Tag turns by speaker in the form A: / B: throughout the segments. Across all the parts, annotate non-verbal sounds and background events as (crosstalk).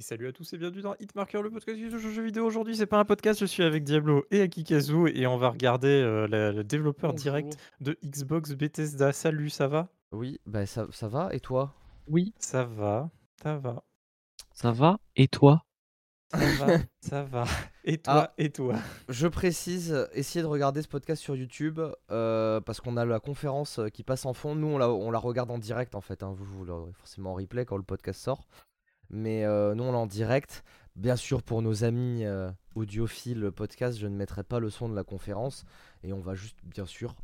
A: salut à tous et bienvenue dans Hitmarker, le podcast de jeux vidéo. Aujourd'hui, c'est pas un podcast, je suis avec Diablo et Akikazu et on va regarder euh, la- le développeur
B: Bonjour.
A: direct de Xbox Bethesda. Salut, ça va
B: Oui, bah ça, ça va, et toi
C: Oui,
A: Ça va, ça va,
C: ça va. Et toi
B: (laughs)
A: ça va, ça va. Et toi,
B: Ah.
A: et toi
B: Je précise, euh, essayez de regarder ce podcast sur YouTube, euh, parce qu'on a la conférence euh, qui passe en fond. Nous, on la, on la regarde en direct, en fait. hein. Vous, vous l'aurez forcément en replay quand le podcast sort. Mais euh, nous, on l'a en direct. Bien sûr, pour nos amis euh, audiophiles podcast, je ne mettrai pas le son de la conférence. Et on va juste, bien sûr,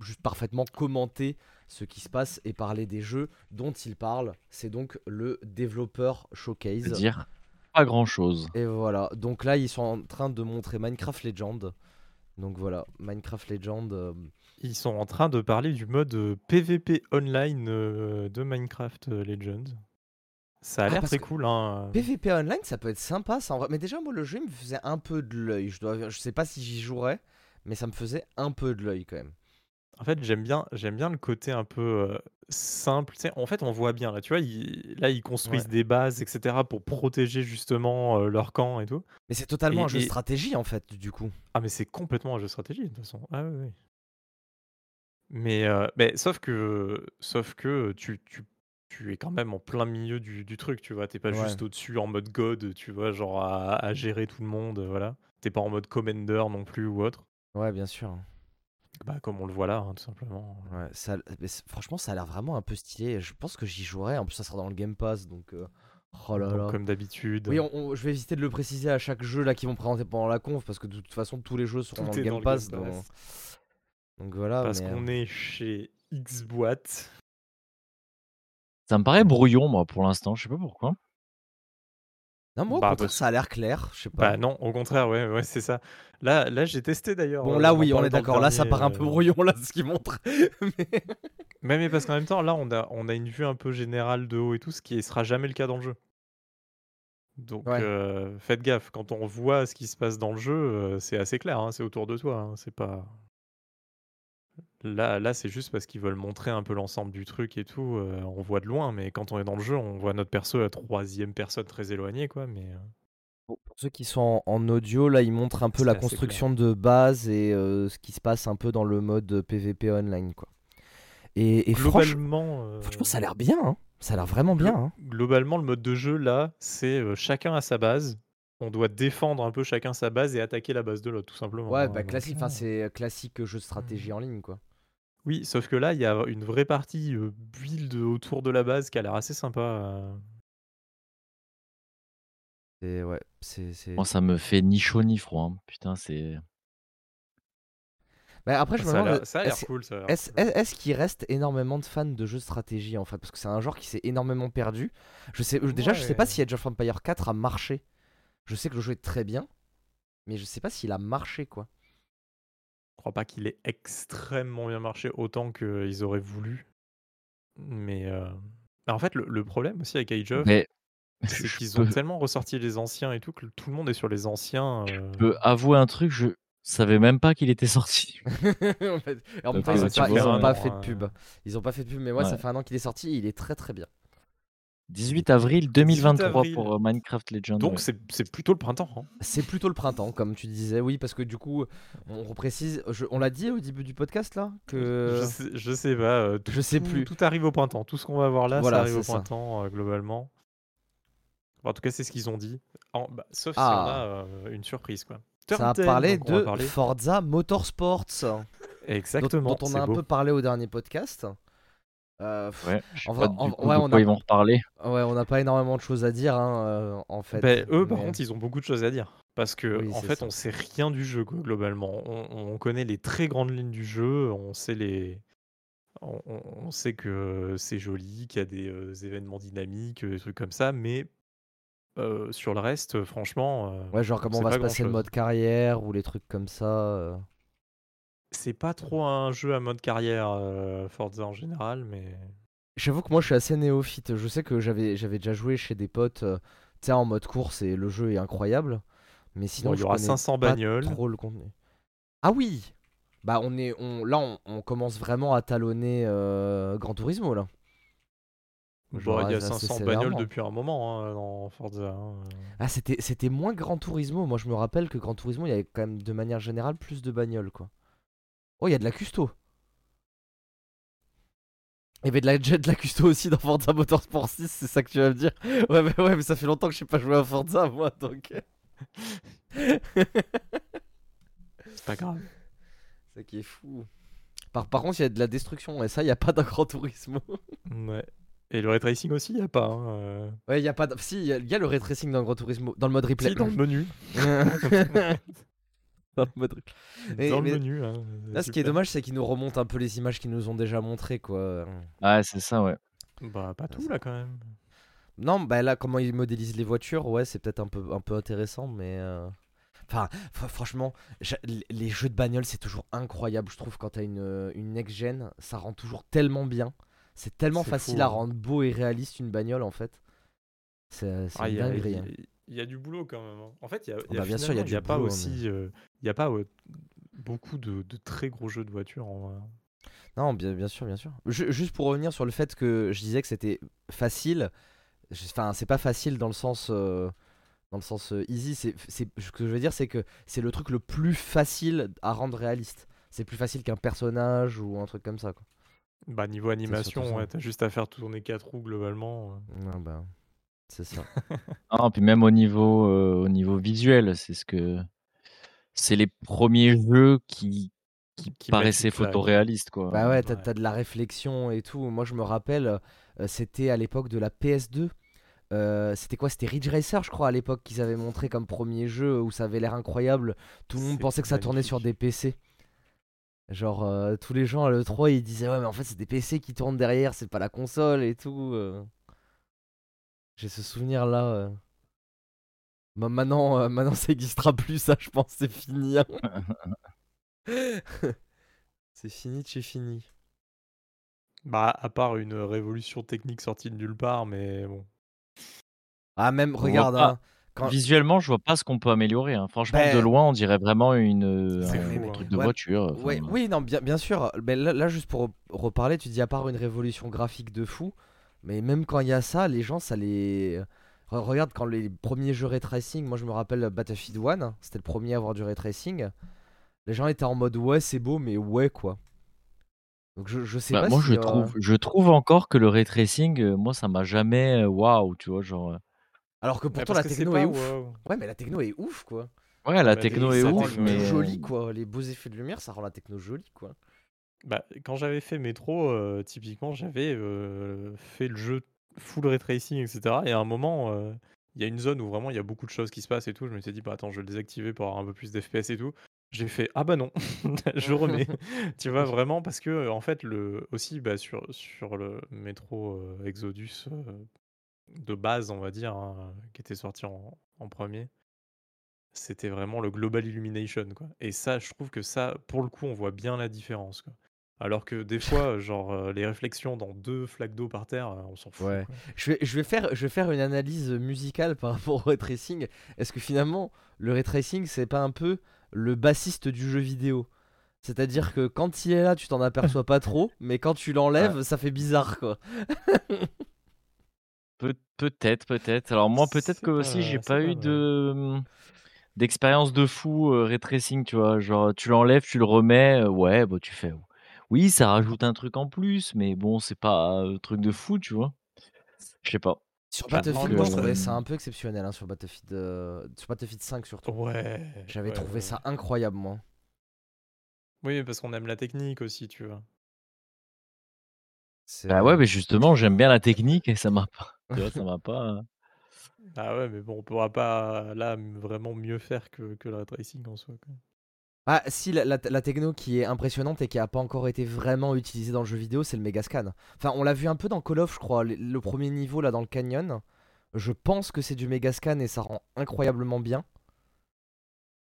B: juste parfaitement commenter ce qui se passe et parler des jeux dont il parle. C'est donc le développeur showcase.
C: Dire pas grand chose.
B: Et voilà, donc là ils sont en train de montrer Minecraft Legend. Donc voilà, Minecraft Legend. euh,
A: Ils sont en train de parler du mode euh, PVP online euh, de Minecraft euh, Legends. Ça a
B: Ah,
A: l'air
B: parce
A: très
B: que-
A: cool, hein. euh.
B: PvP online, ça peut être sympa ça en vrai. Mais déjà, moi le jeu il me faisait un peu de l'œil. Je, dois... je sais pas si j'y jouerais, mais ça me faisait un peu de l'œil quand même.
A: En fait, j'aime bien, j'aime bien le côté un peu euh, simple. tu sais, en fait, on voit bien là, tu vois, ils, là ils construisent des bases, etc., pour protéger justement euh, leur camp et tout.
B: Mais c'est totalement
A: Et-
B: un jeu de
A: et-
B: stratégie en fait, du coup.
A: Ah, mais c'est complètement un jeu de stratégie de toute façon. Ah oui. oui. Mais, euh, mais sauf que, sauf que tu, tu, tu es quand même en plein milieu du, du truc, tu vois. T'es pas
B: Ouais.
A: juste au-dessus en mode God, tu vois, genre à, à gérer tout le monde, euh, voilà. T'es pas en mode Commander non plus ou autre.
B: Ouais, bien sûr.
A: Bah, comme on le voit là, hein, tout simplement.
B: Ouais, ça... mais c'est- Franchement, ça a l'air vraiment un peu stylé. Je pense que j'y jouerais. En plus, ça sera dans le Game Pass donc. euh, Oh là
A: Donc,
B: là.
A: comme d'habitude.
B: Oui, on- on- je vais éviter de le préciser à chaque jeu là qu'ils vont présenter pendant la conf parce que de toute façon tous les jeux seront
A: Tout
B: dans
A: est
B: le Game
A: dans le
B: Pass. bah,
A: Game Pass.
B: donc- Donc voilà.
A: Parce
B: mais, euh,
A: qu'on est chez Xboîte.
C: Ça me paraît brouillon, moi, pour l'instant. Je sais pas pourquoi.
B: Non, moi, au
A: Bah,
B: contraire,
A: parce-
B: ça a l'air clair. Je sais pas.
A: Bah non, au contraire, ouais, ouais, c'est ça. Là, là j'ai testé d'ailleurs.
B: bon,
A: euh,
B: là,
A: j'en
B: oui, on
A: parlais
B: est
A: dans le
B: d'accord. Là, ça
A: dernier,
B: part un peu
A: euh,
B: brouillon, (laughs) là, ce qu'ils montrent. Mais-
A: Mais, mais parce qu'en même temps, là, on a, on a une vue un peu générale de haut et tout, ce qui sera jamais le cas dans le jeu. Donc,
B: Ouais.
A: euh, faites gaffe. Quand on voit ce qui se passe dans le jeu, euh, c'est assez clair. hein, c'est autour de toi. hein, c'est pas. Là, là c'est juste parce qu'ils veulent montrer un peu l'ensemble du truc et tout. euh, on voit de loin, mais quand on est dans le jeu, on voit notre perso à troisième personne très éloignée, quoi. Mais euh,
B: Pour pour ceux qui sont en, en audio, là, ils montrent un peu
A: C'est
B: la
A: assez clair.
B: construction de base et euh, ce qui se passe un peu dans le mode PVP online, quoi. Et, et franch-
A: globalement. euh,
B: franchement, ça a l'air bien. hein. Ça a l'air vraiment bien. hein.
A: Globalement, le mode de jeu là, c'est euh, chacun à sa base. On doit défendre un peu chacun sa base et attaquer la base de l'autre, tout simplement.
B: Ouais,
A: hein,
B: bah
A: donc,
B: classique.
A: euh,
B: Enfin, c'est classique jeu de stratégie en ligne, quoi.
A: Oui, sauf que là, il y a une vraie partie euh, build autour de la base qui a l'air assez sympa. euh.
B: C'est ouais, c'est. c'est-
C: Moi, ça me fait ni chaud ni froid. hein. Putain, c'est.
B: Bah, après, je me
A: Ça a
B: demande.
A: l'air- ça a l'air
B: est-ce-
A: cool, ça. a l'air
B: Est-ce
A: cool.
B: est- est-ce qu'il reste énormément de fans de jeux de stratégie en fait Parce que c'est un genre qui s'est énormément perdu. Je sais, euh, déjà, je sais pas
A: Ouais.
B: si Age of Empire 4 a marché. Je sais que le jeu est très bien, mais je sais pas s'il a marché quoi. (laughs)
A: Je crois pas qu'il ait extrêmement bien marché autant qu'ils auraient voulu. Mais euh, en fait, le, le problème aussi avec Age of,
C: Mais.
A: c'est
C: (laughs) je
A: qu'ils
C: peux,
A: ont tellement ressorti les anciens et tout que tout le monde est sur les anciens. euh.
C: je peux avouer un truc, je savais même pas qu'il était
B: (laughs)
C: sorti.
B: En fait, et en même
C: Donc,
B: temps, ils
C: euh,
B: ont
C: tu
B: pas, ils
C: vois,
B: ont pas
A: vraiment,
B: fait de
A: euh,
B: pub. Ils ont pas fait de pub, mais ouais, ça
C: Ouais.
B: fait un an qu'il est sorti. et il est très très bien.
C: 18 avril 2023
A: avril.
C: pour euh, Minecraft
B: Hein,
C: Legends.
A: Donc
C: ouais.
A: c'est c'est plutôt le printemps. hein.
B: C'est plutôt le printemps, comme tu disais, oui, parce que du coup, on reprécise. je- on l'a dit au début du podcast là que
A: Je sais, je sais pas. euh, tout,
B: je sais
A: tout-
B: plus.
A: Tout arrive au printemps. Tout ce qu'on va voir là,
B: Voilà,
A: ça arrive au
B: c'est ça.
A: printemps euh, globalement. Enfin, en tout cas, c'est ce qu'ils ont dit. En- bah, sauf si on a
B: Ah.
A: euh, une surprise, quoi.
B: ça a
A: Turn 10,
B: parlé
A: donc on va
B: de
A: parler-
B: Forza Motorsports.
A: Exactement.
B: dont, dont on
A: c'est
B: a un
A: beau.
B: peu parlé au dernier podcast. Euh, pff, ouais.
C: Ouais, je sais
B: en
C: pas
B: vrai-
C: du
B: en-
C: coup
B: ouais,
C: de
B: on
C: quoi
B: a-
C: ils vont reparler.
B: on n'a pas énormément de choses à dire hein, euh, en fait.
A: Ben, eux, par
B: mais-
A: contre, ils ont beaucoup de choses à dire. Parce que,
B: Oui,
A: en
B: c'est
A: fait,
B: ça.
A: on sait rien du jeu, quoi, globalement. On, on connaît les très grandes lignes du jeu, on sait les. On, on- on sait que c'est joli, qu'il y a des euh, événements dynamiques, euh, des trucs comme ça, mais euh, sur le reste, euh, franchement, euh,
B: Ouais, genre comment
A: c'est
B: on va
A: pas
B: se passer le
A: grand-chose.
B: mode carrière ou les trucs comme ça. euh.
A: c'est pas trop un jeu à mode carrière, euh, Forza en général, mais.
B: J'avoue que moi je suis assez néophyte. Je sais que j'avais j'avais déjà joué chez des potes, euh, tu sais, en mode course et le jeu est incroyable. Mais sinon,
A: Bon, il y
B: je
A: aura
B: connais
A: 500
B: pas
A: bagnoles.
B: trop le contenu. Ah oui Bah on est on là on, on commence vraiment à talonner euh, Gran Turismo là.
A: Bon, il y a
B: Bah, ça, c'est
A: 500
B: sévèrement.
A: bagnoles depuis un moment hein, dans Forza. hein.
B: Ah, c'était, c'était moins Gran Turismo. Moi, je me rappelle que Gran Turismo, il y avait quand même de manière générale plus de bagnoles, quoi. Oh, il y a de la custo. Il y avait de la, (laughs) de la custo aussi dans Forza Motorsport 6, c'est ça que tu vas me dire (laughs) ouais mais, ouais, mais ça fait longtemps que je n'ai pas joué à Forza, moi, donc.
A: C'est pas grave.
B: (laughs) ça qui est fou. Par, par contre, il y a de la destruction, et ça, il n'y a pas d'un Gran Turismo.
A: Ouais. Et le ray tracing aussi, il n'y a pas. hein, euh.
B: (laughs) Ouais, il y a pas. d- Si, il y, a- il y a le ray tracing dans Gran Turismo, dans le mode replay.
A: Si,
B: (laughs)
A: dans le menu.
B: Dans le mode replay. Et-
A: dans
B: mais-
A: le menu. hein,
B: Là, ce qui est
A: super.
B: dommage, c'est qu'ils nous remontent un peu les images qu'ils nous ont déjà montrées, quoi.
C: Ouais, c'est ça, ouais.
A: Bah, pas tout là quand même.
B: Non, bah là, comment ils modélisent les voitures, ouais, c'est peut-être un peu, un peu intéressant, mais. euh, Enfin, fr- franchement, j'a- l- les jeux de bagnole, c'est toujours incroyable, je trouve, quand t'as une, euh, une next-gen, ça rend toujours tellement bien. C'est tellement
A: C'est
B: facile
A: fou,
B: à
A: hein.
B: rendre beau et réaliste une bagnole, en fait. C'est c'est
A: Ah,
B: une
A: il y a-
B: dinguerie. hein.
A: il y- il y a du boulot quand même. hein. En fait, il y a, il y
B: bah,
A: a
B: bien sûr, il y
A: finalement, il
B: a du
A: y a pas
B: boulot,
A: aussi, euh, il y a pas ouais, beaucoup de, de très gros jeux de voitures. En vrai.
B: Non, bien, bien sûr, bien sûr. Ju- juste pour revenir sur le fait que je disais que c'était facile. je- Enfin, c'est pas facile dans le sens, euh, dans le sens euh, easy. C'est, c'est- ce que je veux dire, c'est que c'est le truc le plus facile à rendre réaliste. C'est plus facile qu'un personnage ou un truc comme ça. Quoi.
A: Bah, niveau
B: ça.
A: animation, ouais, t'as juste à faire tourner quatre roues globalement. euh.
B: Non, bah, c'est ça.
C: Ah, puis même au niveau, euh, au niveau visuel, c'est ce que. C'est les premiers jeux qui, qui,
A: Qui mettent
C: paraissaient
A: une claque.
C: photoréalistes, quoi.
B: bah ouais, t'as,
A: ouais.
B: t'as de la réflexion et tout. Moi, je me rappelle, euh, c'était à l'époque de la PS2. Euh, c'était quoi C'était Ridge Racer, je crois, à l'époque qu'ils avaient montré comme premier jeu où ça avait l'air incroyable. Tout le monde
A: C'est
B: pensait que ça tournait sur des
A: magnifique.
B: PC. Genre, euh, tous les gens à l'E3, ils disaient Ouais, mais en fait, c'est des PC qui tournent derrière, c'est pas la console et tout. euh. J'ai ce souvenir là. maintenant, euh, maintenant, ça existera plus, ça, je pense, c'est fini.
A: (laughs)
B: hein. (laughs) c'est fini, de chez fini.
A: Bah, à part une révolution technique sortie de nulle part, mais bon.
B: Ah, même,
C: On voit
B: regarde,
C: pas.
B: hein, quand-
C: Visuellement, je vois pas ce qu'on peut améliorer. hein. Franchement,
B: Ben-
C: de loin, on dirait vraiment une, euh,
A: C'est
C: un
A: fou, hein.
C: truc de
B: Ouais,
C: voiture. enfin, euh.
B: Ouais, oui, non, bien, bien sûr. Mais là, là, juste pour reparler, tu dis à part une révolution graphique de fou, mais même quand il y a ça, les gens, ça les. Re- Regarde, quand les premiers jeux ray tracing, moi je me rappelle Battlefield 1, hein, c'était le premier à avoir du ray tracing. Les gens étaient en mode ouais, c'est beau, mais ouais, quoi. Donc je, je sais
C: Bah,
B: pas
C: moi,
B: si,
C: je
B: euh,
C: trouve, je trouve encore que le ray tracing, euh, moi, ça m'a jamais. euh, Waouh, tu vois, genre. euh,
B: Alors que
A: Mais
B: pourtant
A: Bah, parce
B: la
A: que c'est
B: techno
A: pas
B: est ouf.
A: wow.
B: Ouais, mais la techno est ouf, quoi.
C: Ouais, la
A: Bah,
C: techno
A: des-
C: est
A: ça
C: ouf,
A: techno
B: techno
A: est
C: mais. euh,
B: jolie, quoi. Les beaux effets de lumière, ça rend la techno jolie, quoi.
A: Bah, quand j'avais fait Metro, euh, typiquement, j'avais euh, fait le jeu full ray tracing, etc. Et à un moment, euh, il y a une zone où vraiment il y a beaucoup de choses qui se passent et tout. Je me suis dit, bah attends, je vais le désactiver pour avoir un peu plus d'FPS et tout. J'ai fait, ah bah non, (laughs) je remets. tu vois, vraiment, parce que euh, en fait, le, aussi bah, sur, sur le Metro euh, Exodus euh, de base, on va dire, hein, qui était sorti en, en premier. C'était vraiment le Global Illumination, quoi. Et ça, je trouve que ça, pour le coup, on voit bien la différence, quoi. Alors que des fois, genre, euh, les réflexions dans deux flaques d'eau par terre, euh, on s'en fout.
B: Ouais.
A: quoi.
B: Je vais, je vais faire, je vais faire une analyse musicale par rapport au ray tracing. Est-ce que finalement, le ray tracing, c'est pas un peu le bassiste du jeu vidéo C'est-à-dire que quand il est là, tu t'en aperçois pas
A: (laughs)
B: trop, mais quand tu l'enlèves, ça fait bizarre, quoi.
C: Peut- peut-être, peut-être. Alors moi, peut-être
A: C'est
C: que aussi,
A: pas-
C: j'ai
A: c'est
C: pas
A: pas
C: eu
A: mal.
C: de mmh, d'expérience de fou euh, ray tracing, tu vois. Genre, tu l'enlèves, tu le remets, euh, ouais, bah tu fais. Oui, ça rajoute un truc en plus, mais bon, c'est pas un truc de fou, tu vois. Je sais pas.
B: Sur
C: Bah,
B: Battlefield,
A: en
B: moi, je
A: même temps,
B: trouvais
C: ça-
B: ça un peu exceptionnel, hein, sur, Battlefield, euh, sur Battlefield 5 surtout.
A: Ouais.
B: J'avais
A: ouais,
B: trouvé
A: ouais.
B: ça incroyable, moi.
A: Oui, parce qu'on aime la technique aussi, tu vois.
B: C'est-
C: Bah ouais, mais justement, j'aime bien la technique et ça m'a
B: (laughs)
C: pas. Tu vois, ça m'a pas. hein.
A: Ah ouais, mais bon, on pourra pas là m- vraiment mieux faire que, que le ray tracing en soi. quoi.
B: Ah, si la, la- la techno qui est impressionnante et qui a pas encore été vraiment utilisée dans le jeu vidéo, c'est le Megascan. Enfin, on l'a vu un peu dans Call of, je crois. Le, le premier niveau là dans le canyon, je pense que c'est du Megascan et ça rend incroyablement bien.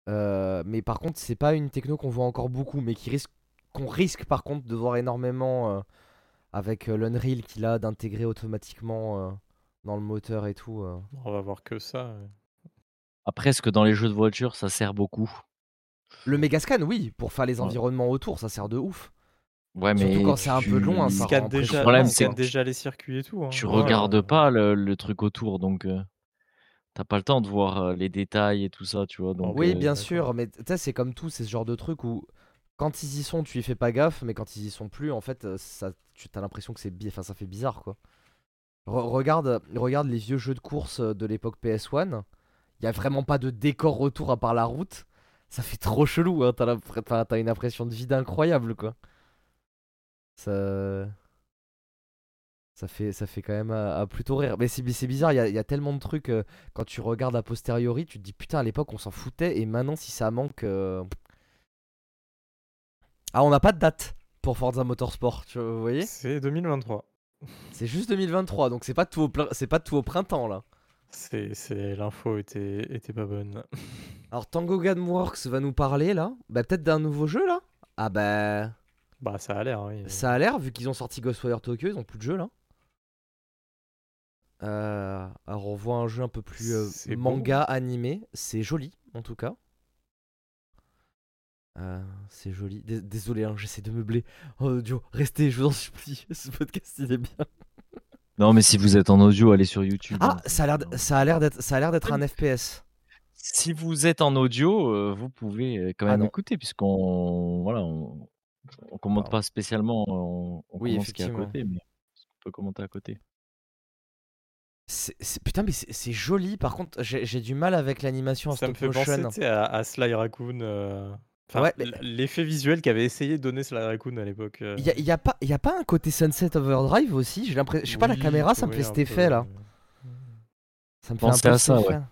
B: Euh, mais par contre, c'est pas une techno qu'on voit encore beaucoup, mais qui risque, qu'on risque par contre de voir énormément euh, avec euh, l'Unreal qu'il a d'intégrer automatiquement euh, dans le moteur et tout. euh.
A: On va voir que ça. ouais.
C: Après, est-ce que dans les jeux de voiture, ça sert beaucoup
B: Le Megascan, oui, pour faire les
C: Ouais.
B: environnements autour, ça sert de ouf.
C: Ouais, mais
B: Surtout quand c'est un
C: tu-
B: peu long, hein,
A: Ils
B: ça
A: scannent
B: rend
A: déjà,
C: impressionnant,
A: ils
C: c'est-
A: scannent déjà les circuits et tout. hein.
C: tu
A: Ouais.
C: regardes pas le, le truc autour, donc euh, t'as pas le temps de voir euh, les détails et tout ça, tu vois. Donc,
B: Oui,
C: euh,
B: bien
A: d'accord.
B: sûr, mais tu sais, c'est comme tout, c'est ce genre de truc où quand ils y sont, tu y fais pas gaffe, mais quand ils y sont plus, en fait, euh, ça, tu as l'impression que c'est bi- enfin, ça fait bizarre quoi. Re- regarde, regarde les vieux jeux de course euh, de l'époque PS1, il y a vraiment pas de décor autour à part la route, ça fait trop chelou, hein, t'as l'impr- enfin, t'as une impression de vide incroyable quoi. Ça. Ça fait, ça fait quand même euh, à, à plutôt rire. Mais c'est bi- c'est bizarre, il y, a- il y a tellement de trucs. euh, quand tu regardes a posteriori, tu te dis putain, à l'époque on s'en foutait et maintenant si ça manque. euh, Ah, on n'a pas de date pour Forza Motorsport, tu vois, vous voyez
A: C'est 2023.
B: C'est juste 2023, donc c'est pas, tout au plein- c'est pas tout au printemps là.
A: C'est, c'est- l'info était, était pas bonne.
B: Alors Tango Gameworks va nous parler là Bah, peut-être d'un nouveau jeu là Ah, bah.
A: Bah, ça a l'air, oui.
B: Ça a l'air, vu qu'ils ont sorti Ghostwire Tokyo, ils ont plus de jeu là. Euh, alors on voit un jeu un peu plus euh,
A: C'est beau.
B: manga animé, c'est joli en tout cas. Euh, c'est joli. Dés- Désolé, hein, j'essaie de meubler. Oh audio, restez, je vous en supplie. (laughs) Ce podcast il est bien.
C: Non, mais si vous êtes en audio, allez sur YouTube.
B: Ah,
C: hein.
B: ça a l'air, d- ça a l'air d'être, ça a l'air d'être un FPS.
C: Si vous êtes en audio, euh, vous pouvez euh, quand
B: Ah
C: même
B: non.
C: écouter, puisqu'on voilà, on, on commente
B: Pardon.
C: pas spécialement, on, on
B: Oui,
C: commente ce qui est à
B: effectivement.
C: côté, mais on peut commenter à côté.
B: C'est, c'est- putain, mais c'est, c'est joli. Par contre, j'ai, j'ai du mal avec l'animation en
A: Ça me
B: stop
A: fait penser euh,
B: motion.
A: tu sais, à, à Sly Raccoon. euh, enfin,
B: Ouais, mais-
A: l- L'effet visuel qu'avait essayé de donner Sly Raccoon à l'époque. euh,
B: Il y a, y a pas, y a pas un côté Sunset Overdrive aussi. J'ai l'impression, je sais pas, la
A: oui,
B: caméra, ça me
A: oui,
B: fait
A: un
B: cet
A: peu, euh,
B: effet là.
A: mais-
B: Ça me
C: Pensez
B: fait un peu
C: à ça,
B: cet
C: ouais.
B: effet.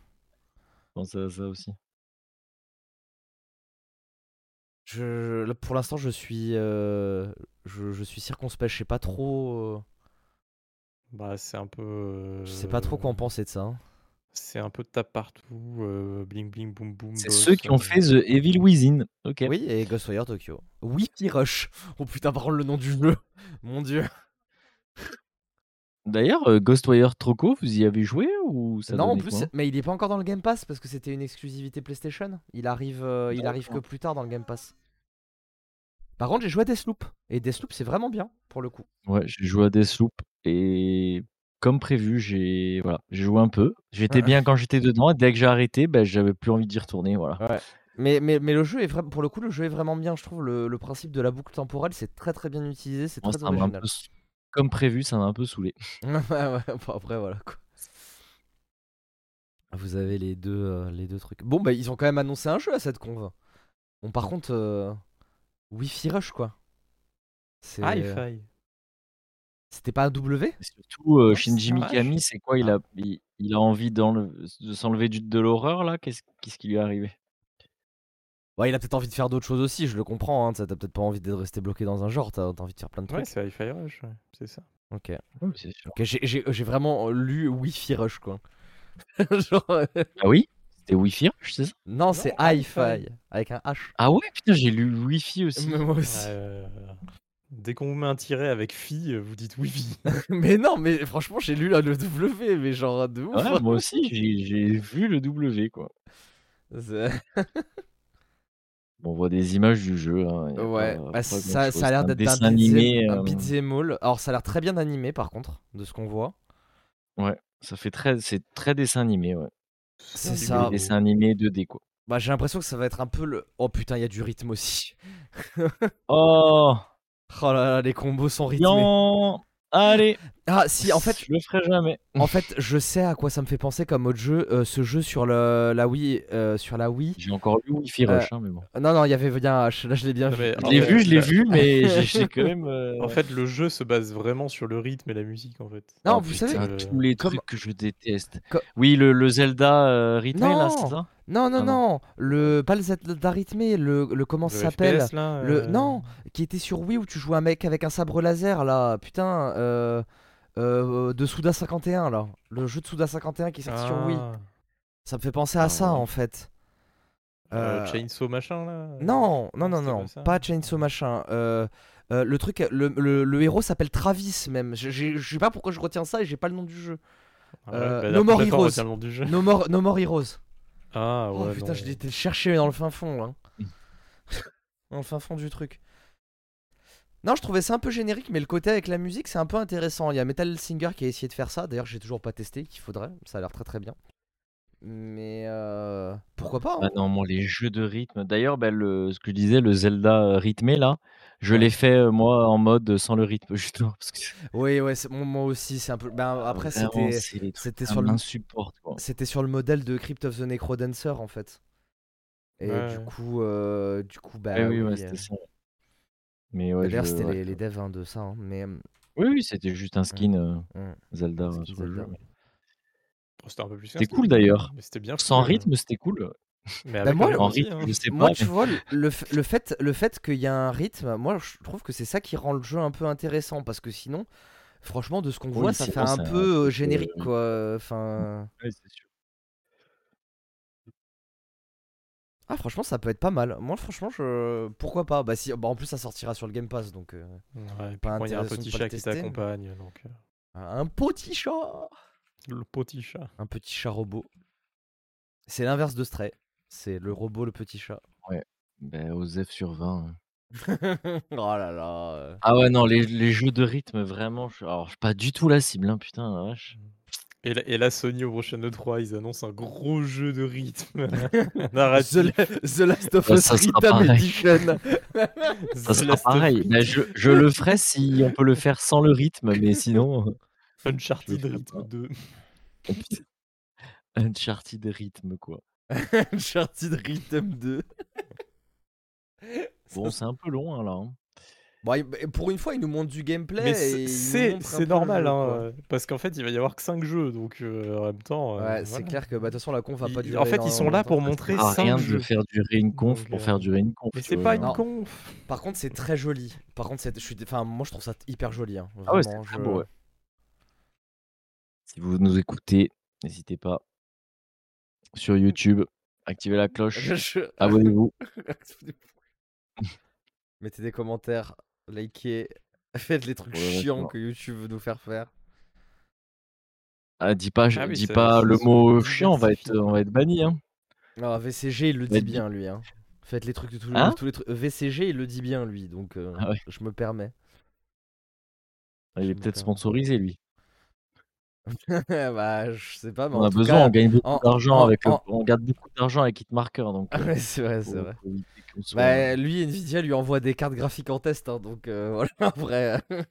C: Pensez à ça aussi.
B: Je, là, pour l'instant, je suis, euh, je, je suis circonspect. Je sais pas trop, euh,
A: Bah, c'est un peu. euh,
B: je sais pas trop quoi en penser de ça. hein.
A: C'est un peu tape partout, euh, bling bling boum boum.
C: C'est
B: Bah,
A: boss,
C: ceux qui ont
A: euh,
C: fait The Evil Within. Ok.
B: Oui, et Ghostwire Tokyo. Wifi Rush. Oh putain, par contre, le nom du jeu. (laughs) Mon dieu.
C: D'ailleurs, euh, Ghostwire Troco, vous y avez joué ou ça
B: non, en
C: donnait
B: plus,
C: quoi
B: mais il est pas encore dans le Game Pass parce que c'était une exclusivité PlayStation. Il arrive, euh, il arrive que
C: D'accord.
B: plus tard dans le Game Pass. Par contre, j'ai joué à Deathloop et Deathloop, c'est vraiment bien pour le coup.
C: Ouais, j'ai joué à Deathloop et comme prévu, j'ai voilà, j'ai joué un peu. J'étais
B: (laughs)
C: bien quand j'étais dedans et dès que j'ai arrêté, ben, j'avais plus envie d'y retourner. Voilà.
B: Mais, mais, mais le jeu est vraiment pour le coup le jeu est vraiment bien je trouve le, le principe de la boucle temporelle c'est très très bien utilisé c'est
C: Moi,
B: très
C: ça m'a un
B: original.
C: peu s- Comme prévu, ça m'a un peu saoulé.
B: (laughs) ouais ouais bon, après voilà quoi. Ah, Vous avez les deux euh, les deux trucs. Bon bah ils ont quand même annoncé un jeu à cette conve. Bon par contre euh, Wi-Fi Rush quoi. C'est-
A: Ah,
B: euh,
A: Hi-Fi.
B: C'était pas un W
C: Et surtout, euh,
A: Non,
C: Shinji
A: ça marche.
C: Mikami, c'est quoi il
B: Ah.
C: a, il, il a envie d'enle- de s'enlever du- de l'horreur là Qu'est-ce qu'est-ce qui lui est arrivé
B: Ouais il a peut-être envie de faire d'autres choses aussi je le comprends hein, t'sais, t'as peut-être pas envie de rester bloqué dans un genre t'as t'as envie de faire plein de
A: Ouais,
B: trucs.
A: c'est Hi-Fi Rush, ouais, c'est
B: (laughs)
A: ça.
B: Ok.
C: c'est sûr.
B: Ok, j'ai- j'ai j'ai vraiment lu Wi-Fi Rush quoi. (laughs) genre euh,
C: Ah oui C'était Wi-Fi, je sais ça.
B: Non, c'est Hi-Fi, avec un
C: (laughs)
B: H.
C: Ah ouais, putain, j'ai lu Wi-Fi aussi.
B: moi
A: Euh, dès qu'on vous met un tiret avec fille, vous dites oui, fille.
B: (laughs) mais non, mais franchement, j'ai lu là, le W, mais genre de ouf. hein.
C: Ouais, moi
B: (laughs)
C: aussi, j'ai j'ai vu le W quoi.
B: C'est-
C: On voit des images du jeu. hein, y a
B: ouais,
C: pas-
B: bah,
C: pas
B: ça,
C: grand-chose.
B: ça a l'air
C: C'est un
B: d'être
C: dessin
B: un beat'em-
C: animé.
B: un
C: euh,
B: beat'em all. Alors, ça a l'air très bien animé, par contre, de ce qu'on voit.
C: Ça fait très, c'est très dessin animé. Ouais.
B: (laughs) C'est
C: C'est
B: ça.
C: des dessins animés 2D quoi.
B: Bah, j'ai l'impression que ça va être un peu le. Oh putain, il y a du rythme aussi. (laughs)
C: Oh
B: Oh là là, les combos sont rythmés.
C: non Allez.
B: Ah, si, en fait,
C: je le ferai jamais. (laughs)
B: en fait, je sais à quoi ça me fait penser comme autre jeu. euh, ce jeu sur le, la Wii, euh, sur la Wii.
C: J'ai encore lu Wi-Fi
B: Euh,
C: Rush, hein, mais bon.
B: Non, non, il y avait bien un H. Là, je l'ai bien
A: Non,
B: vu.
A: mais
C: Je
A: en
C: l'ai
A: fait,
C: vu, je l'ai
A: la-
C: vu, (laughs) mais j'ai- j'ai quand même. euh,
A: En fait, le jeu se base vraiment sur le rythme et la musique, en fait.
B: Non,
C: oh,
B: vous
C: putain,
B: savez,
A: Euh,
C: tous les
B: comme-
C: trucs que je déteste.
B: Co-
C: Oui, le, le Zelda euh, rythmé là,
B: Non.
C: c'est ça
B: Non, non,
C: Ah non.
B: non, le pas le Zelda rythmé, le, le comment ça
A: le
B: s'appelle
A: FPS, là,
B: le-
A: euh,
B: non. Qui était sur Wii où tu jouais un mec avec un sabre laser là, putain, euh, euh, de Souda 51 là. Le jeu de Souda 51 qui est sorti sur Wii.
A: Ah,
B: Ça me fait penser à
C: Ah,
B: ça
C: ouais.
B: en fait.
A: euh,
B: Euh,
A: Chainsaw machin, là.
B: Non, non, non,
A: c'était
B: non,
A: pas ça.
B: pas Chainsaw machin. Euh, euh, le truc, le, le- le héros s'appelle Travis même. Je- Je je sais pas pourquoi je retiens ça et j'ai pas le nom
A: (laughs)
B: du jeu.
A: Ah ouais,
B: euh,
A: bah,
B: No More
A: d'après toi, on
B: Heroes.
A: retient le nom du jeu.
B: No More, no More Heroes.
A: Ah ouais.
B: oh putain,
A: non.
B: je l'ai été le chercher dans le fin fond là.
C: Mm.
B: dans le fin fond du truc. Non, je trouvais ça un peu générique, mais le côté avec la musique, c'est un peu intéressant. Il y a Metal Singer qui a essayé de faire ça. D'ailleurs, j'ai toujours pas testé, qu'il faudrait. Ça a l'air très très bien. Mais euh, pourquoi pas
C: Ah
B: hein.
C: non, moi, les jeux de rythme. D'ailleurs, ben, le, ce que je disais, le Zelda euh, rythmé, là, je l'ai fait, euh, moi, en mode euh, sans le rythme, (laughs) justement. Parce que
B: Oui, ouais, c'est- moi- moi aussi, c'est un peu. Ben, après,
C: Ah, vraiment,
B: c'était
C: c'est les trucs
B: c'était
C: ça
B: sur le-
C: m'insupporte, quoi.
B: c'était sur le modèle de Crypt of the Necrodancer en fait. Et
A: Ouais,
B: du
A: ouais.
B: coup, euh, du coup, bah
C: Eh oui,
B: oui,
C: ouais,
B: euh,
C: c'était ça. Mais ouais,
B: D'ailleurs,
C: je-
B: c'était
C: ouais.
B: les, les devs hein, de ça, hein, mais euh,
C: Oui, oui, c'était juste un skin euh,
B: ouais,
C: Zelda
B: c'est
C: euh,
B: Mmh. du
C: sur le
B: Zelda.
C: jeu. mais-
A: Bon, Oh, C'était un peu plus
C: C'était
A: qu'un
C: cool,
A: skin,
C: d'ailleurs.
A: Mais c'était bien.
C: Sans
A: foutu, hein.
C: rythme, c'était cool.
A: Mais avec
B: Bah, moi,
A: un rythme
C: En
A: aussi,
C: rythme,
A: hein.
C: je sais
B: Moi,
C: pas.
B: tu vois, le, le f- le fait, le fait qu'il y a un rythme, moi, je trouve que c'est ça qui rend le jeu un peu intéressant parce que sinon, franchement, de ce qu'on
C: Oui,
B: voit, ça fait
C: sinon,
B: un
C: c'est un
B: peu euh,
C: truc,
B: générique,
C: euh,
B: quoi. Enfin,
C: mais- Ouais, c'est sûr.
B: ah, franchement, ça peut être pas mal. Moi, franchement, je, pourquoi pas Bah si, bah, en plus, ça sortira sur le Game Pass, donc euh,
A: Ouais, et puis
B: pas
A: bon, il y a un
B: intéressant de
A: petit
B: pas le
A: chat qui
B: tester, mais-
A: t'accompagne. Donc, euh,
B: un petit chat,
A: le petit chat.
B: un petit chat robot. C'est l'inverse de Stray. C'est le robot, le petit chat. (laughs)
C: Ben, Osef sur 20. hein.
B: oh là là. euh.
C: Ah ouais, non, les, les jeux de rythme, vraiment. Je... Alors, je suis pas du tout la cible, hein, putain, la vache.
A: Et là, et là, Sony au prochain E3, ils annoncent un gros jeu de
B: (laughs)
A: rythme. Narratif.
B: The, La- The Last of
C: Bah,
B: Us
C: ça sera
B: Rhythm
C: pareil.
B: Edition. (laughs)
C: Ça
A: The
C: sera
A: Last of
C: pareil.
A: Us,
C: Ben, je, je le ferai si on peut le faire sans le rythme, mais sinon. (laughs)
A: Uncharted
C: ferai
A: rythme
C: pas.
A: 2.
C: euh, Uncharted rythme, quoi.
B: Uncharted Rhythm 2.
C: Bon, c'est un peu long, hein, là. hein.
B: Bon, Bah, et- et pour une fois, ils nous montrent du gameplay.
A: Mais
B: et ils
A: c'est- c'est
B: nous montrent un peu
A: c'est
B: le
A: normal,
B: jeu,
A: hein,
B: quoi.
A: euh, parce qu'en fait, il va y avoir que 5 jeux, donc euh, en même temps. euh,
B: Ouais, c'est
A: voilà.
B: clair que bah, de toute façon, la conf va pas
A: Ils-
B: durer.
A: en fait, ils sont
B: énormément
A: là
B: de
A: pour
B: temps.
A: montrer
C: Ah,
A: 5
C: rien de
A: jeux.
C: faire durer une conf
A: Donc,
C: pour
A: euh,
C: faire durer une conf.
A: Mais
C: tu
A: c'est
C: vois,
A: pas
C: genre.
A: une conf.
B: Par contre, c'est très joli. Par contre, c'est- je suis, enfin, moi, je trouve ça hyper joli. hein.
C: Ah ouais,
B: Vraiment,
C: c'est très
B: je-
C: beau, ouais. Si vous nous écoutez, n'hésitez pas sur YouTube, activez la cloche,
B: Je- je-
C: abonnez-vous.
B: Mettez des commentaires, likez, (laughs) faites les trucs
C: Ouais, ouais,
B: chiants
C: non.
B: que YouTube veut nous faire faire.
C: Ah, dis pas, je-
A: Ah oui,
C: dis
A: ça-
C: pas
A: ça
C: le
A: se
C: mot
A: diversifie,
C: chiant, on va être,
A: quoi.
C: on va être banni. Hein.
B: Ah, VCG, il le
C: Ouais,
B: dit
C: dis-
B: bien, lui. Hein. Faites les trucs de tous les,
C: Hein
B: tous les trucs. VCG, il le dit bien, lui. Donc, euh,
C: Ah ouais.
B: je me permets. (laughs)
C: Il
B: Je
C: est
B: me
C: peut-être
B: permets.
C: sponsorisé, lui.
B: bah, je sais pas, mais
C: on
B: en
C: a
B: tout
C: besoin,
B: cas-
C: on gagne beaucoup
B: en-
C: d'argent
B: en-
C: avec le-
B: en-
C: on garde beaucoup d'argent avec Hitmarker, donc euh,
B: Ah ouais, c'est vrai, c'est
C: faut-
B: vrai.
C: faut éviter qu'on soit-
B: Bah, lui, Nvidia lui envoie des cartes graphiques en test, hein, donc euh, (laughs) voilà, en vrai. euh,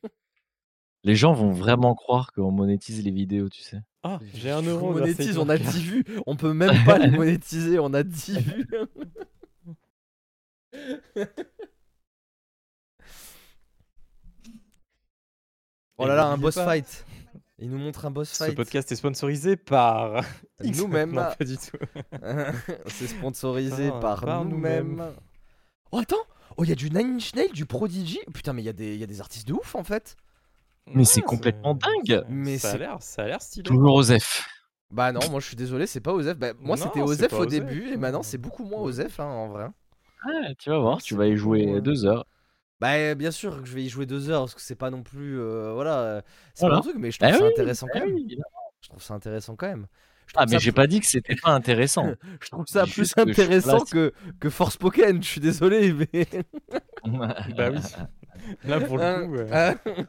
C: les gens vont vraiment croire qu'on monétise les vidéos, tu sais.
B: Bah,
A: Ah, j'ai un
B: je
A: euro. grâce à
B: monétise, on a
A: Hitmarker.
B: 10 vues, on peut même
A: (laughs)
B: pas les monétiser, on a 10 vues. oh là là, un
A: n'oubliez
B: boss
A: pas-
B: fight. Il nous montre un boss
A: Ce
B: fight.
A: podcast est sponsorisé par (laughs) X.
B: Nous-mêmes.
A: Non, pas du tout.
B: (laughs) C'est sponsorisé
A: Par-
B: par,
A: par
B: nous-mêmes.
A: nous-mêmes.
B: oh, attends! Oh, il y a du Nine Inch Nails, du Prodigy. Putain, mais il y, a des- y a des artistes de ouf en fait.
C: Mais c'est
A: Ouais,
C: complètement dingue.
A: ça-
B: Mais
A: Ah, ça a
B: c'est-
A: l'air, ça a l'air stylé.
C: Toujours Osef.
B: Bah non, moi je suis désolé, c'est pas Osef. Bah, moi
A: Non,
B: c'était
A: c'est
B: Osef
A: pas
B: au
A: Osef,
B: début et
A: hein.
B: maintenant c'est beaucoup moins
A: Ouais.
B: Osef hein, en vrai.
C: Ah, tu vas voir,
B: Ouais,
C: tu
B: c'est
C: vas y jouer
B: beaucoup, euh,
C: deux heures.
B: Bah euh, bien sûr que je vais y jouer deux heures parce que c'est pas non plus euh, voilà euh, c'est
C: Voilà.
B: pas mon truc mais je trouve
C: Eh
B: ça
C: oui,
B: intéressant
C: Eh
B: quand même.
C: oui, évidemment.
B: Je trouve ça intéressant quand même. Je trouve
C: Ah, mais
B: ça
C: j'ai
B: plus-
C: pas dit que c'était pas
B: (laughs)
C: intéressant.
B: Je trouve ça
C: dis
B: plus
C: juste que je suis pas là,
B: intéressant
C: si-
B: que, que Force Pokémon. Je suis désolé
C: (laughs)
B: mais. Ah,
A: Bah oui. (laughs) Là pour le
B: Hein,
A: coup. euh,
B: hein.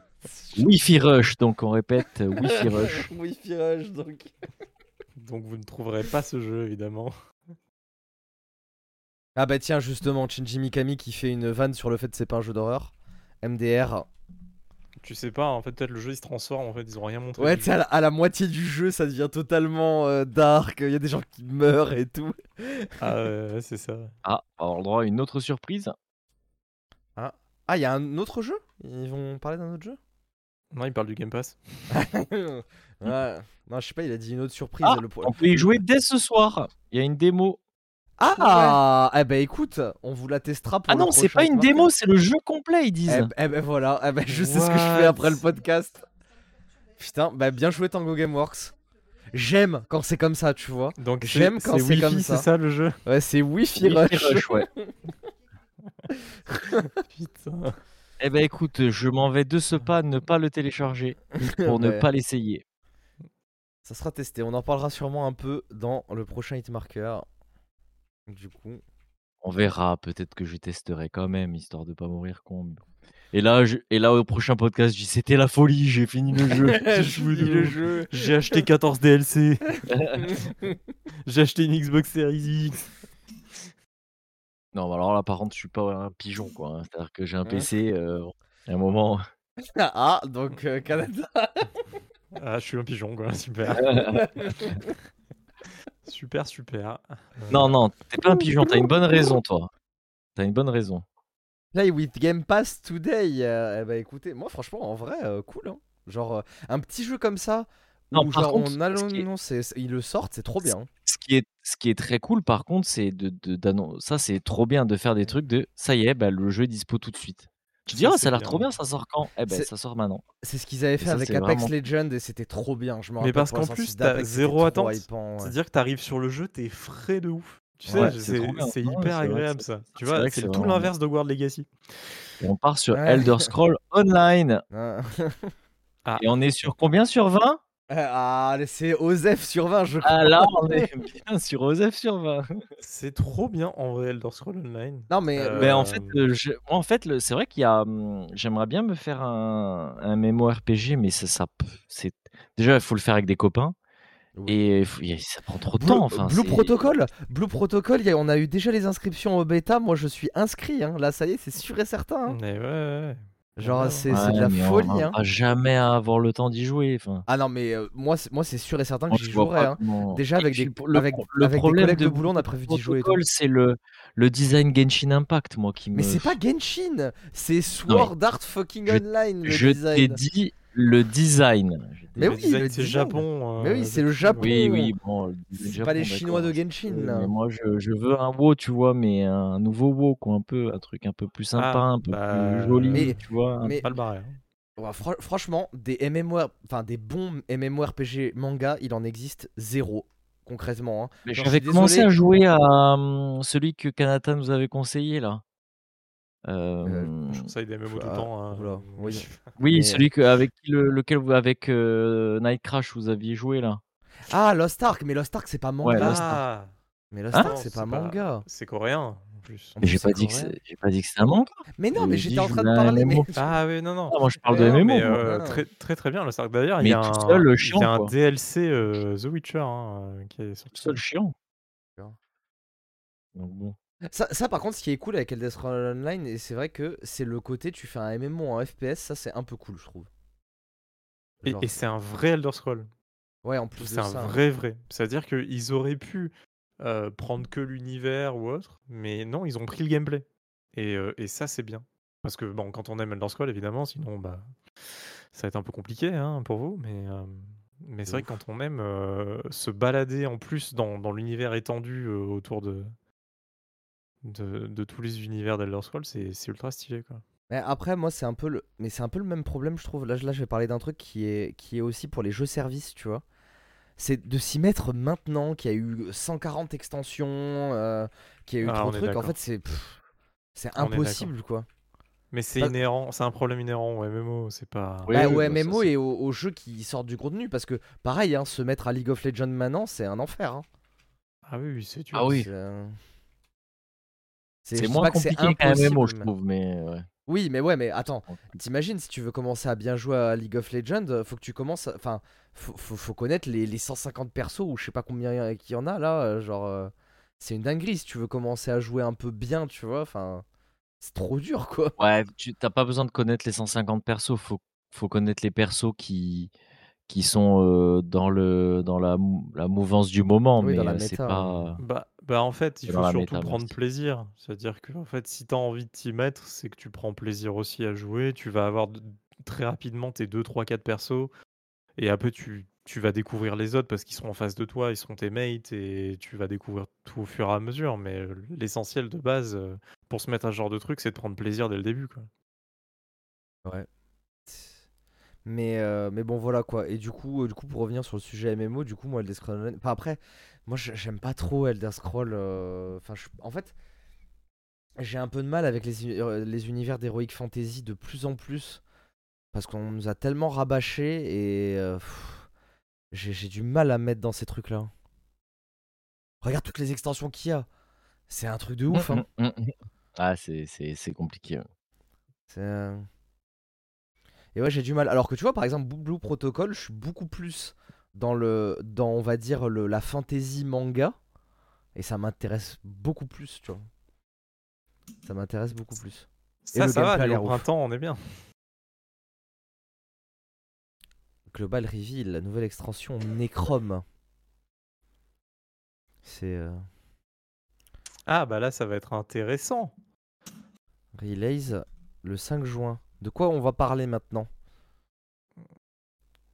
C: Wi-Fi Rush, donc on répète euh,
B: (laughs)
C: Wi-Fi Rush.
B: oui Firage donc.
A: Donc vous ne trouverez pas ce jeu évidemment.
B: Ah bah tiens justement Shinji Mikami qui fait une vanne sur le fait que c'est pas un jeu d'horreur. MDR.
A: Tu sais pas, en fait peut-être le jeu il se transforme, en fait ils ont rien montré.
B: Ouais,
A: du
B: tu sais,
A: jeu.
B: à, la- à la moitié du jeu, ça devient totalement euh, dark. Il y a des gens qui meurent et tout.
A: Ah ouais, ouais, c'est ça.
C: Ah, on va avoir le droit à une autre surprise.
B: Ah, il y a un autre jeu Ils vont parler d'un
C: (laughs)
B: autre jeu
A: Non, il parle du Game Pass.
B: Ouais. Non, je sais pas, il a dit une autre surprise.
C: Ah,
B: le pro-
C: On peut y jouer dès ce soir. Il y a une démo.
B: Ah, eh ben écoute, on vous la testera pour
C: Ah
B: le
C: non, c'est
B: prochain
C: pas une
B: Smart
C: démo, c'est le jeu complet, ils
B: Eh,
C: disent.
B: b- eh ben voilà, eh ben je sais ce que je fais
A: What
B: après le podcast. Putain, bah bien joué Tango Gameworks. J'aime quand c'est comme ça, tu vois.
A: Donc c'est-
B: J'aime quand c'est
A: Wi-Fi,
B: comme ça.
A: C'est ça le jeu.
B: Ouais, c'est Wi-Fi
C: Wi-Fi
B: Rush.
C: ouais.
A: (laughs) Putain.
C: Eh ben écoute, je m'en vais de ce pas ne pas le télécharger pour ne
B: Ouais.
C: pas l'essayer.
B: Ça sera testé, on en parlera sûrement un peu dans le prochain Hitmarker. Du coup.
C: (laughs)
B: (laughs)
C: On verra, peut-être que je testerai quand même, histoire de pas mourir con. mais bon. Et là, je- et là, au prochain podcast, je dis c'était la folie, j'ai fini le
B: (laughs)
C: jeu.
A: Je vous
D: le
A: dis,
D: jeu.
A: J'ai acheté 14
C: (laughs)
A: DLC, j'ai acheté une Xbox Series X.
C: non, mais alors là, par contre, je suis pas un pigeon, quoi. hein. C'est-à-dire que j'ai un
D: Hein
C: PC. euh, à un moment,
B: ah, donc euh, Canada.
A: Ah, je suis un pigeon, quoi. (laughs) Super. super, super. Euh,
C: non, non, t'es pas un pigeon. T'as une bonne raison, toi. T'as une bonne raison.
B: Play with Game Pass today. Euh, eh ben, écoutez, moi franchement, en vrai, euh, cool. hein. Genre, euh, un petit jeu comme ça.
C: Non,
B: où,
C: par
B: genre,
C: contre,
B: on
C: ce qui est-
B: annonce, et- et ils le sortent, c'est trop bien.
C: Ce qui est, ce qui est très cool, par contre, c'est de, de- d'annon- ça, c'est trop bien de faire des trucs de ça y est, bah, le jeu est dispo tout de suite. Tu te dis,
A: Ça,
C: ah,
A: c'est
C: ça a l'air
A: bien.
C: trop bien, ça sort quand Eh ben,
B: C'est-
C: ça sort maintenant.
B: C'est ce qu'ils avaient fait
C: ça,
B: avec
C: c'est
B: Apex
C: vraiment-
B: Legends et c'était trop bien. Je me
A: Mais
B: rappelle
A: parce
B: pour la
A: qu'en plus,
B: sortie
A: t'as
B: d'Apex, c'était
A: zéro
B: trop
A: attente.
B: hypant, ouais.
A: C'est-à-dire que t'arrives sur le jeu, t'es frais de ouf. Tu sais,
C: Ouais, c'est
A: c'est
C: trop bien.
A: c'est
C: Non, mais c'est
A: hyper
C: vrai que
A: agréable
C: c'est-
A: ça. Tu
C: c'est
A: vois,
C: vrai que
A: c'est
C: c'est
A: tout
C: vraiment bien.
A: l'inverse de World Legacy.
C: Et on part sur
B: Ouais. (laughs)
C: Elder Scroll Online.
B: Hein. (laughs)
C: Et on est sur combien Sur 20
B: Ah, allez, c'est Osef sur 20, je crois.
C: Ah là, (laughs) on est bien sur Osef sur 20.
A: C'est trop bien en vrai Elder Scrolls Online.
B: Non, mais.
A: Euh,
C: Ben, en fait, euh, je- moi, en fait le- c'est vrai qu'il y a. hum, J'aimerais bien me faire un, un mémo RPG, mais ça, ça pff, c'est déjà il faut le faire avec des copains
B: Oui.
C: et faut- y a- ça prend trop de
B: Blue,
C: temps. Enfin,
B: Blue
C: c'est-
B: Protocol Blue Protocol, y a- on a eu déjà les inscriptions au bêta. Moi, je suis inscrit. hein. Là, ça y est, c'est sûr et certain. hein.
A: Mais ouais, ouais, ouais.
B: Genre,
A: Ouais,
B: c'est
A: ouais.
B: c'est de
C: Ouais,
B: la
C: mais on
B: folie. hein.
C: arrivera jamais à avoir le temps d'y jouer. Enfin,
B: Ah non, mais euh, moi, c'est- moi, c'est sûr et certain que
C: moi, je
B: j'y
C: vois
B: jouerai.
C: pas
B: hein.
C: comment-
B: Déjà,
C: Et
B: avec
C: puis,
B: des,
C: le
B: avec,
C: pro- le
B: avec des
C: problème
B: collègues de,
C: de
B: boulot, on a prévu d'y jouer et tout.
C: protocole, c'est le le design Genshin Impact, moi qui me.
B: Mais c'est pas Genshin, c'est Sword Art fucking
C: je-
B: Online le
C: Je t'ai
B: design.
C: dit le design. Je t'ai
B: Mais
A: Le
B: oui,
A: design,
B: le
A: c'est
B: design.
A: Japon.
B: Mais oui,
A: euh,
B: c'est le
A: tout,
B: Japon.
A: ouais.
C: Oui, oui, bon. le
B: C'est
C: Japon,
B: pas les
C: d'accord,
B: Chinois de Genshin.
C: euh,
B: là.
C: Mais moi, je, je veux un WoW, tu vois, mais un nouveau WoW, quoi, un peu, un truc un peu plus sympa,
A: Ah,
C: un peu
A: bah,
C: plus joli,
B: Mais-
C: tu vois. un-
B: mais-
A: Pas le barré. hein.
B: Ouais, fran- franchement, des MMOR, enfin des bons MMORPG manga, il en existe zéro concrètement. hein.
C: Mais
B: genre, je
C: J'avais
B: suis
C: commencé
B: désolé.
C: à jouer à hum, celui que Kanata nous avait conseillé là. Euh,
A: Je conseille des MMO tout
B: Ah,
A: le temps. hein.
B: voilà, oui.
C: oui,
B: mais-
C: celui que, avec qui le- lequel vous, avec euh, Night Crash vous aviez joué là.
B: Ah Lost Ark, mais Lost Ark c'est pas manga.
C: Ouais, Lost
A: Ah,
B: Mais Lost
C: Hein
B: Ark c'est
A: C'est
B: pas
A: pas-
B: manga.
A: c'est coréen en plus.
C: Mais
B: En plus,
C: j'ai
B: c'est
C: pas dit que
B: coréen.
C: Ah c'est- j'ai pas dit que c'était un manga.
B: Mais non,
C: J'ai
B: mais j'étais
C: dit,
B: en
C: je
B: train de
C: voulais un
B: parler. Mais...
C: MMO.
A: Ah oui, non, non.
C: Ah, moi je parle
B: Mais
C: de
B: non,
C: MMO.
A: Mais
C: moi.
A: euh,
B: non.
A: très, très très bien le Stark. D'ailleurs, il
C: Mais
A: y a
C: tout
A: un,
C: seul, euh,
A: il y a
C: chiant,
A: un
C: quoi.
A: DLC euh, The Witcher hein, euh, qui est
C: Tout
A: sorti.
C: seul chiant. Donc bon.
B: Ça, ça, par contre, ce qui est cool avec Elder Scrolls Online, et c'est vrai que c'est le côté tu fais un MMO en FPS, ça c'est un peu cool, je trouve.
A: Et,
B: Genre,
A: et c'est un vrai Elder Scroll.
B: ouais, en plus de
A: C'est un
B: ça. hein.
A: vrai vrai. C'est-à-dire qu'ils auraient pu euh, prendre que l'univers ou autre, mais non, ils ont pris le gameplay. Et, euh, et ça, c'est bien. Parce que bon, quand on aime Elder Scroll, évidemment, sinon, bah, ça va être un peu compliqué hein, pour vous. Mais, euh, mais c'est vrai que quand on aime euh, se balader en plus dans, dans l'univers étendu euh, autour de, de, de tous les univers d'Elder Scrolls, c'est c'est ultra stylé. Quoi.
B: Mais après, moi, c'est un peu le, mais c'est un peu le même problème, je trouve. Là, je- là, je vais parler d'un truc qui est, qui est aussi pour les jeux services, tu vois. C'est de s'y mettre maintenant, qu'il y a eu 140 extensions, euh, qu'il y a eu
A: Ah,
B: trop
A: on
B: de
A: est
B: trucs. En
A: d'accord.
B: fait, c'est, pff,
A: On
B: c'est
A: est d'accord.
B: impossible, quoi.
A: Mais c'est
B: Bah-
A: inhérent, c'est un problème inhérent au MMO, c'est pas.
C: Oui,
B: bah,
C: oui,
B: au
C: bah, ça,
B: MMO
C: c'est-
B: et aux, aux jeux qui sortent du contenu, parce que pareil, hein, se mettre à League of Legends maintenant, c'est un enfer. hein.
A: Ah oui, oui, c'est dur.
C: Ah oui.
B: C'est, euh, c'est- je
C: C'est
B: dis
C: moins
B: pas que
C: compliqué qu'un MMO, je
B: impossible, mais-
C: trouve, mais euh, ouais.
B: Oui, mais ouais, mais attends, t'imagines si tu veux commencer à bien jouer à League of Legends, euh, faut que tu commences, à- enfin, faut, faut, faut connaître les, les 150 persos ou je sais pas combien il y, a- qu'il y en a là, euh, genre, euh, c'est une dinguerie si tu veux commencer à jouer un peu bien, tu vois, enfin, c'est trop dur quoi.
C: Ouais, tu t'as pas besoin de connaître les 150 persos, faut, faut connaître les persos qui, qui sont euh, dans, le, dans la, mou- la mouvance du moment,
B: Oui,
C: mais
B: dans la
C: euh, c'est
B: méta,
C: pas.
A: Bah, bah en fait, il
C: Et dans
A: faut
C: la
A: surtout
C: méta,
A: prendre
C: merci.
A: plaisir. C'est-à-dire que en fait, si tu as envie de t'y mettre, c'est que tu prends plaisir aussi à jouer. Tu vas avoir de- très rapidement tes 2, 3, 4 persos. Et après, tu, tu vas découvrir les autres parce qu'ils seront en face de toi, ils seront tes mates et tu vas découvrir tout au fur et à mesure. Mais euh, l'essentiel de base, euh, pour se mettre à ce genre de truc, c'est de prendre plaisir dès le début. Quoi.
B: Mais, euh, mais bon voilà quoi. Et du coup, euh, du coup pour revenir sur le sujet MMO, du coup moi Elder Scrolls Online- enfin, après, moi je- j'aime pas trop Elder Scrolls. euh, Enfin, je- en fait, j'ai un peu de mal avec les, uni- euh, les univers d'Heroic Fantasy de plus en plus. Parce qu'on nous a tellement rabâché et euh, pff, j'ai j'ai du mal à me mettre dans ces trucs-là. Regarde toutes les extensions qu'il y a.
C: Mmh,
B: C'est un truc de ouf. hein.
C: Mm, mm, mm, mm. Ah, c'est- c'est c'est compliqué. ouais.
B: C'est, euh, Et ouais, j'ai du mal. Alors que tu vois, par exemple, Blue Blue Protocol, je suis beaucoup plus dans le, dans on va dire le, la fantasy manga, et ça m'intéresse beaucoup plus, tu vois. Ça m'intéresse beaucoup plus. Et
A: Ça,
B: le
A: ça va,
B: gameplay a
A: aller
B: l'air
A: au
B: ouf.
A: printemps, on est bien.
B: Global Reveal, la nouvelle extension Necrom. C'est euh,
A: Ah, bah là, ça va être intéressant.
B: Relays le 5 juin. De quoi on va parler maintenant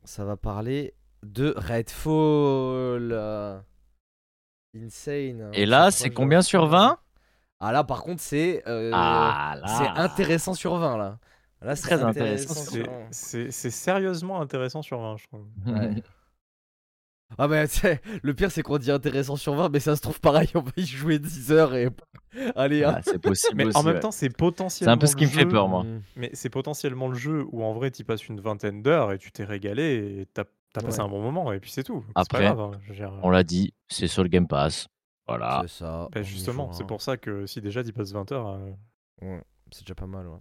B: Ça va parler de Redfall. euh, Insane. hein,
C: Et là, c'est combien sur 20
B: Ah là, par contre, c'est euh,
C: Ah là
B: c'est intéressant sur 20 là. Là, c'est
C: Très intéressant
B: sur
A: C'est-
B: 20.
A: C'est c'est sérieusement intéressant sur 20, je trouve.
B: Ouais. Ah mais tu sais, le pire c'est qu'on dit intéressant sur 20 mais ça se trouve pareil (laughs) on va y jouer 10 heures et allez hein.
C: (laughs) Ah, c'est possible.
A: Mais en
C: aussi,
A: même
C: ouais.
A: temps, c'est
C: c'est
A: potentiellement.
C: un peu ce qui
A: le
C: me fait
A: jeu-
C: peur, moi.
B: Mm.
A: Mais c'est potentiellement le jeu où en vrai, tu passes une vingtaine d'heures et tu t'es régalé et t'as t'as passé
B: Ouais.
A: un bon moment et puis c'est tout.
C: Après,
A: c'est pas grave, hein, je veux dire,
C: On l'a dit, c'est sur le Game Pass. Voilà.
B: C'est ça.
A: bah,
B: on y
A: justement,
B: jouera,
A: c'est
B: hein.
A: pour ça que si déjà tu passes 20 heures, euh,
B: C'est déjà pas mal ouais.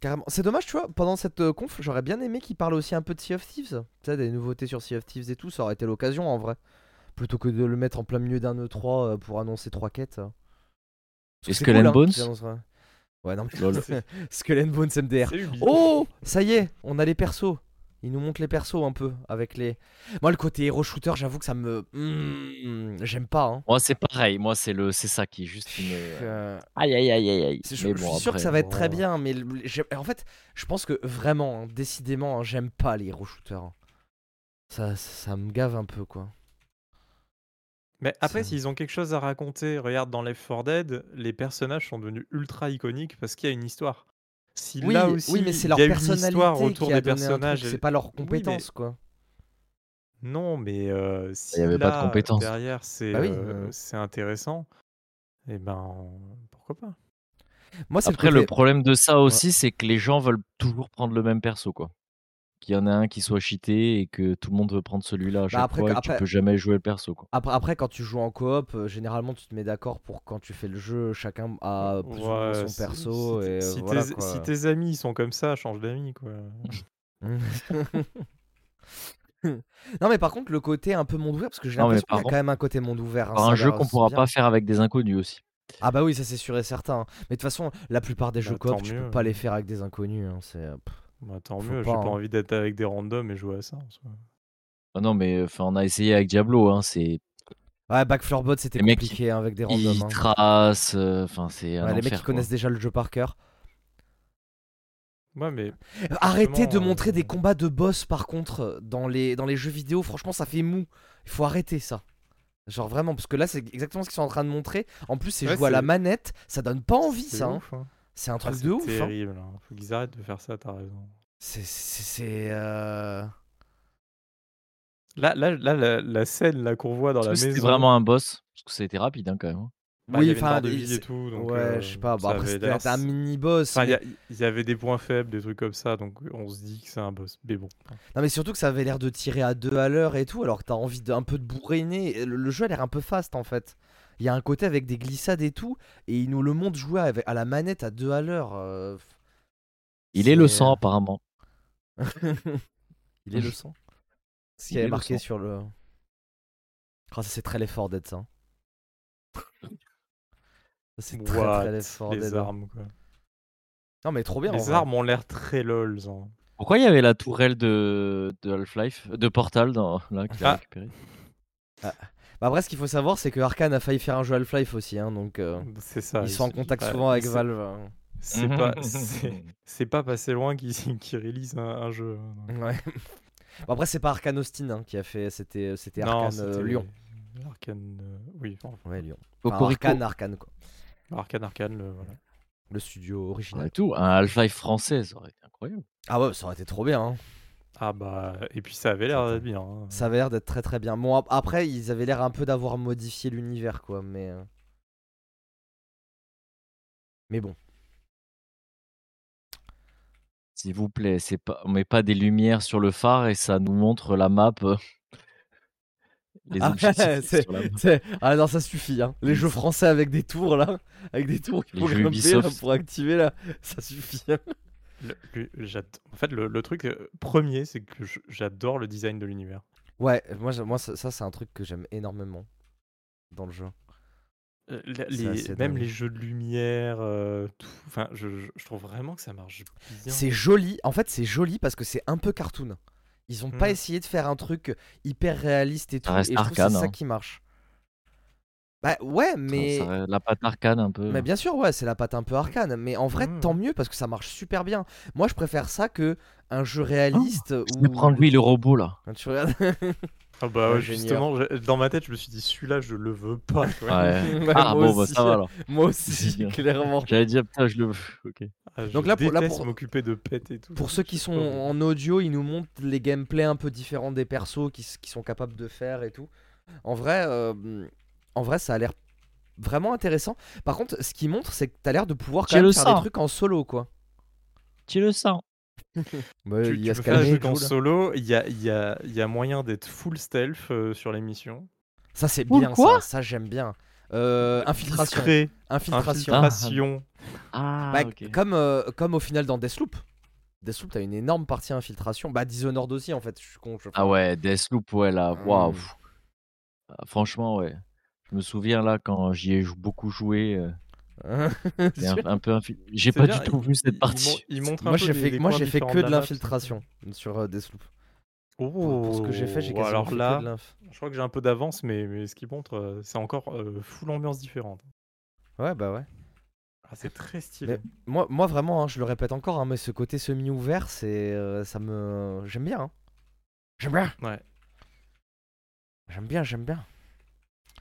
B: Carrément. C'est dommage tu vois, pendant cette euh, conf j'aurais bien aimé qu'ils parlent aussi un peu de Sea of Thieves. Tu sais des nouveautés sur Sea of Thieves et tout ça aurait été l'occasion en vrai. Plutôt que de le mettre en plein milieu d'un E3 euh, pour annoncer trois quêtes. Parce que
C: Est-ce
B: c'est
C: que Skull
B: cool,
C: and
B: hein,
C: Bones
B: qu'ils annonceraient. Ouais non mais
C: Lol.
B: (laughs) Skull and Bones
C: (laughs)
B: MDR.
A: c'est Ubi.
B: Oh Ça y est, on a les persos. Ils nous montrent les persos un peu avec les. Moi, le côté héros shooter, j'avoue que ça me. Mm, J'aime pas. Hein.
C: Moi, c'est pareil. Moi, c'est le, c'est ça qui est juste. Une...
B: Euh,
C: Aïe, aïe, aïe, aïe, aïe.
B: c'est- Je,
C: Mais
B: je
C: bon,
B: suis sûr
C: après,
B: que ça va être
C: bon.
B: très bien, mais le- j'ai- en fait, je pense que vraiment, hein, décidément, hein, j'aime pas les héros shooters. hein. Ça, ça me gave un peu, quoi.
A: Mais après,
B: Ça-
A: s'ils ont quelque chose à raconter, regarde dans Left 4 Dead, les personnages sont devenus ultra iconiques parce qu'il y a une histoire. Si
B: Oui,
A: là aussi,
B: oui, mais
A: il
B: c'est leur
A: y a une
B: personnalité
A: histoire autour
B: qui a
A: des
B: donné un truc,
A: personnages. et-
B: C'est pas leur
A: mais-
B: compétence, quoi.
A: Non, mais euh, si
C: y avait pas de
A: là,
C: compétences.
A: derrière, c'est
B: Bah oui,
A: euh,
B: euh.
A: c'est intéressant, et ben pourquoi pas.
B: Moi, c'est
C: Après,
B: le,
C: le,
B: côté-
C: problème de ça aussi, c'est que les gens veulent toujours prendre le même perso, quoi. Qu'il y en a un qui soit cheaté et que tout le monde veut prendre celui-là à chaque
B: Bah, après,
C: fois et que
B: après-
C: tu peux jamais jouer le perso, quoi.
B: Après, après, quand tu joues en coop, euh, généralement tu te mets d'accord pour quand tu fais le jeu, chacun a Ah, plus ou moins
A: Ouais,
B: son
A: si-
B: perso.
A: si,
B: et, euh,
A: si
B: voilà,
A: tes,
B: quoi. (laughs)
A: si tes amis sont comme ça, change d'amis quoi.
B: non mais par contre le côté un peu monde ouvert parce que j'ai
C: Non, mais
B: l'impression qu'il y a
C: par
B: quand même un côté monde ouvert. hein,
C: Par
B: ça
C: un
B: a
C: jeu
B: l'air-
C: qu'on
B: c'est
C: pourra
B: bien.
C: pas faire avec des inconnus aussi.
B: Ah bah oui ça c'est sûr et certain. Mais de toute façon la plupart des
A: Bah,
B: jeux coop
A: tant
B: tu
A: mieux.
B: peux pas les faire avec des inconnus. hein, c'est euh, pff.
A: Bah, tant
B: Faut
A: mieux, j'ai
B: pas,
A: pas
B: hein.
A: envie d'être avec des randoms et jouer à ça. en soi.
C: Ah non, mais enfin, on a essayé avec Diablo, hein, c'est
B: Ouais Backflowerbot c'était
C: Les mecs,
B: compliqué hein, avec des randoms.
C: ils
B: hein.
C: tracent, euh, enfin c'est un
B: Ouais, les mecs
C: enfer,
B: qui
C: quoi.
B: connaissent déjà le jeu par cœur. Euh,
A: Ouais, mais
B: Arrêtez de
A: Justement,
B: montrer des
A: euh,
B: combats de boss par contre euh, dans les, dans les jeux vidéo, franchement ça fait mou. Il faut arrêter ça. Genre vraiment, parce que là c'est exactement ce qu'ils sont en train de montrer. En plus c'est
A: Ouais,
B: joué à la
A: c'est-
B: manette, ça donne pas envie
A: c'est
B: ça. hein.
A: ouf, hein.
B: C'est un
A: Ah,
B: truc
A: c'est
B: de ouf. hein.
A: terrible. hein. Faut qu'ils arrêtent de faire ça. T'as raison.
B: C'est... c'est- c'est, euh,
A: Là, là, là, la, la scène là qu'on voit dans
C: Parce
A: la
C: que C'était
A: maison.
C: vraiment un boss, parce que ça a été rapide hein, quand même. hein.
A: bah, il y
B: Oui,
A: avait une barre
B: enfin,
A: de
B: il-
A: vie et
B: c'est-
A: tout. Donc,
B: ouais,
A: euh,
B: je sais pas.
A: ça
B: Bah, après
A: avait
B: c'était
A: l'air-
B: c'était un mini-boss.
A: Enfin, il y,
B: mais-
A: a- il y avait des points faibles, des trucs comme ça, donc on se dit que c'est un boss. Mais bon.
B: Non mais surtout que ça avait l'air de tirer à deux à l'heure et tout, alors que t'as envie d'un peu de bourriner. Et Le, le jeu a l'air un peu fast en fait. Il y a un côté avec des glissades et tout, et il nous le montre jouer avec- à la manette à deux à l'heure. euh, (laughs)
C: Il est le
B: C'est- euh,
C: sang apparemment.
B: Il est le sang. Ce qui
C: Il est
B: est
C: le
B: marqué
C: sang.
B: sur le. Ah ça c'est très l'effort d'être ça. hein. Ça, C'est très
A: What
B: très l'effort
A: les
B: d'être.
A: armes, quoi.
B: Non mais trop bien. en
A: les
B: vrai.
A: armes ont l'air très lol. hein.
C: Pourquoi il y avait la tourelle de, de Half-Life, euh, de Portal dans là qu'il a
A: Ah.
C: récupéré
B: Bah après ce qu'il faut savoir c'est que Arkane a failli faire un jeu Half-Life aussi, hein, donc euh,
A: C'est ça.
B: ils sont en
A: il-
B: contact
A: bah,
B: souvent avec
A: c'est-
B: Valve. hein.
C: Mmh
A: C'est
B: (laughs)
A: pas,
C: (laughs)
A: c'est- c'est pas passé loin (laughs) qu'ils qu'ils release un, un jeu. hein, donc.
B: Ouais. Bon, après c'est pas Arkane Austin hein, qui a fait, c'était c'était
A: Non,
B: Arkane euh,
A: c'était
B: Lyon.
A: Arkane, euh, oui, enfin,
B: Ouais Lyon. Enfin,
C: Cocorico.
B: Arkane Arkane quoi.
A: Arkane, Arkane, le- voilà.
B: Le studio original.
C: Et tout, un Half-Life français, ça aurait été incroyable.
B: Ah ouais ça aurait été trop bien. hein.
A: Ah bah, et puis ça avait l'air
B: Attends.
A: d'être bien. hein.
B: Ça avait l'air d'être très très bien. Bon ap- après ils avaient l'air un peu d'avoir modifié l'univers quoi, mais euh, mais bon.
C: S'il vous plaît, c'est pas, on met pas des lumières sur le phare et ça nous montre la map. euh, (laughs) les
B: Ah,
C: objectifs
B: (laughs) c'est-
C: sur la map.
B: C'est- Ah non, ça suffit. Hein. Les jeux français avec des tours là, avec des tours
C: Les
B: qu'il faut
C: jeux
B: grimper là,
C: Ubisoft.
B: pour activer là, ça suffit. hein.
A: Le- le- j'ad- en fait, le, le truc euh, premier, c'est que je- j'adore le design de l'univers.
B: Ouais, moi, je- moi ça, ça, c'est un truc que j'aime énormément dans le jeu.
A: Euh, la-
B: C'est
A: les-
B: assez
A: même
B: dingue.
A: les jeux de lumière, euh, tout. Enfin, je, je- je trouve vraiment que ça marche bien.
B: C'est joli, en fait c'est joli parce que c'est un peu cartoon. Ils ont pas
A: Hmm.
B: essayé de faire un truc hyper réaliste et tout,
C: reste
B: et je trouve que c'est
C: arcane,
B: ça
C: hein.
B: qui marche. Bah ouais, mais...
C: Ça- ça- la patte arcane un peu.
B: Mais bien sûr, ouais, c'est la patte un peu arcane. Mais en vrai,
A: Mm.
C: Hmm.
B: tant mieux parce que ça marche super bien. Moi, je préfère ça que un jeu réaliste
C: Oh, Je
B: où.
C: vais prendre lui le robot là.
B: Quand tu regardes. (laughs)
A: Ah bah ouais,
B: Ingénieur.
A: justement, je- dans ma tête, je me suis dit celui-là, je le veux pas. tu vois.
C: Ouais.
B: (laughs) Ouais,
C: ah
B: moi
C: bon, bah,
B: aussi.
C: ça va alors.
B: Moi
C: (laughs) C'est
B: aussi,
C: bien.
B: clairement.
C: J'allais dire, putain, je le (laughs) veux. Ok.
A: Ah, je
B: Donc là, pour- là,
A: déteste
B: pour-
A: m'occuper de pète et tout.
B: Pour ceux qui
A: C'est
B: sont
A: pas bon.
B: en audio, ils nous montrent les gameplays un peu différents des persos qui, s- qui sont capables de faire et tout. En vrai, euh, en vrai ça a l'air vraiment intéressant. Par contre, ce qu'ils montrent, c'est que t'as l'air de pouvoir quand
C: J'ai
B: même
C: le
B: faire des
C: sang.
B: trucs en solo, quoi.
C: Tu le sens.
B: Bah,
A: Tu,
B: il
A: tu
B: y a
A: peux
B: ce
A: faire un
B: calmer,
A: truc en
B: Joule.
A: solo, il y a, il y a- il y a moyen d'être full stealth euh, sur les missions.
B: Ça, c'est
C: Ou
B: bien, ça.
C: quoi
B: Ça, j'aime bien. Euh, infiltration.
A: Discret,
B: Infiltration.
A: infiltration.
C: Ah,
B: Bah,
C: ok.
B: comme, euh, comme au final dans Deathloop. Deathloop, t'as une énorme partie infiltration. Bah, Dishonored aussi, en fait. Je suis con. je-
C: Ah ouais, Deathloop, ouais, là. Waouh.
B: Hmm.
C: pff. Ah, Franchement, ouais. Je me souviens là quand j'y ai jou- beaucoup joué.
B: (laughs)
C: euh,
B: Hein
C: c'est un, un peu infi- J'ai
A: C'est
C: pas
A: bien,
C: du tout vu
A: Il-
C: cette
A: il mon-
C: partie.
A: il montre un
B: Moi,
A: peu
B: j'ai
A: les-
B: fait,
A: les
B: moi,
A: coins
B: j'ai fait
A: différents
B: que de
A: la map.
B: l'infiltration sur euh, Deathloop.
A: Oh,
B: Pour, pour ce que j'ai fait, j'ai quasiment
A: Alors
B: fait
A: là,
B: que de l'inf.
A: je crois que j'ai un peu d'avance, mais, mais ce qui montre, euh, c'est encore euh, full ambiance différente.
B: Ouais, bah ouais.
A: Ah, c'est très stylé.
B: Moi, moi vraiment, hein, je le répète encore, hein, mais ce côté semi-ouvert, c'est, euh, ça me, j'aime bien. hein. J'aime bien.
A: Ouais.
B: J'aime bien, j'aime bien.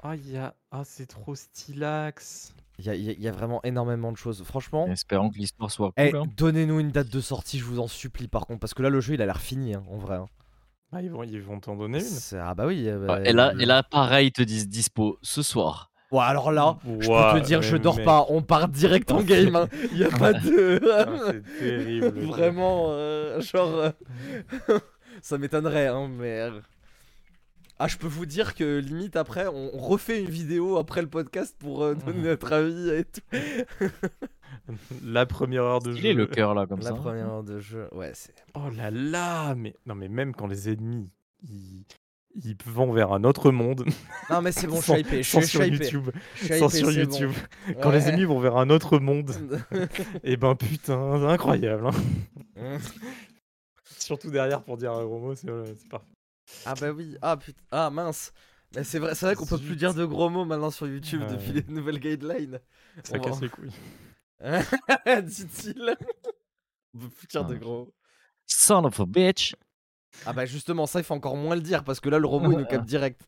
A: Ah, il y a... ah c'est trop stylax.
B: Il y a, il y a- il y a vraiment énormément de choses. Franchement,
C: Espérant que l'histoire soit cool.
B: eh,
C: hein.
B: donnez-nous une date de sortie, je vous en supplie, par contre, parce que là, le jeu, il a l'air fini, hein, en vrai. hein.
A: Ah, ils vont ils vont t'en donner une.
B: C'est- Ah bah oui. euh,
C: Ah,
B: bah,
C: et, là,
B: euh,
C: et là, pareil, ils te disent dispo ce soir.
B: Ouais, alors là, Ah, je peux
A: Ouah,
B: te dire, je
A: mais
B: dors
A: mec,
B: pas. On part direct en game. hein. Il
A: (laughs)
B: y a pas
A: ah,
B: de.
A: c'est
B: (laughs)
A: terrible.
B: Vraiment, euh, genre. euh, (laughs) ça m'étonnerait, hein, mais. euh, Ah, je peux vous dire que limite après, on on refait une vidéo après le podcast pour euh, donner
A: Mhm.
B: notre avis et tout.
A: La première heure de
C: Il est
A: jeu.
C: le cœur
B: (laughs)
C: là comme
B: La
C: ça. hein.
B: première heure de jeu, ouais, c'est.
A: Oh là là, mais non mais même quand les ennemis ils, ils vont vers un autre monde,
B: (laughs)
A: (laughs)
B: Non, mais c'est bon, je
A: Sans-
B: suis hypé, je
A: sans
B: suis je
A: sur
B: suis hypé.
A: YouTube,
B: je suis
A: sans
B: hypé,
A: sur
B: c'est bon.
A: YouTube, quand les
B: Ouais.
A: ennemis vont vers un autre
B: (laughs)
A: monde, et ben putain, c'est incroyable. hein. (laughs) Surtout derrière pour dire un gros mot, c'est c'est parfait.
B: ah, bah oui, ah putain, ah mince. Mais c'est vrai, c'est vrai qu'on peut plus
A: Zut.
B: dire de gros mots maintenant sur YouTube
A: Ah
B: depuis
A: ouais.
B: les nouvelles guidelines.
A: Ça
B: On va-
A: casse
B: (laughs)
A: les couilles.
B: Dit-il. (laughs) On peut plus dire de
C: Ah.
B: gros mots.
C: Son of a bitch.
B: Ah bah justement, ça il faut encore moins le dire parce que là le robot il nous capte direct.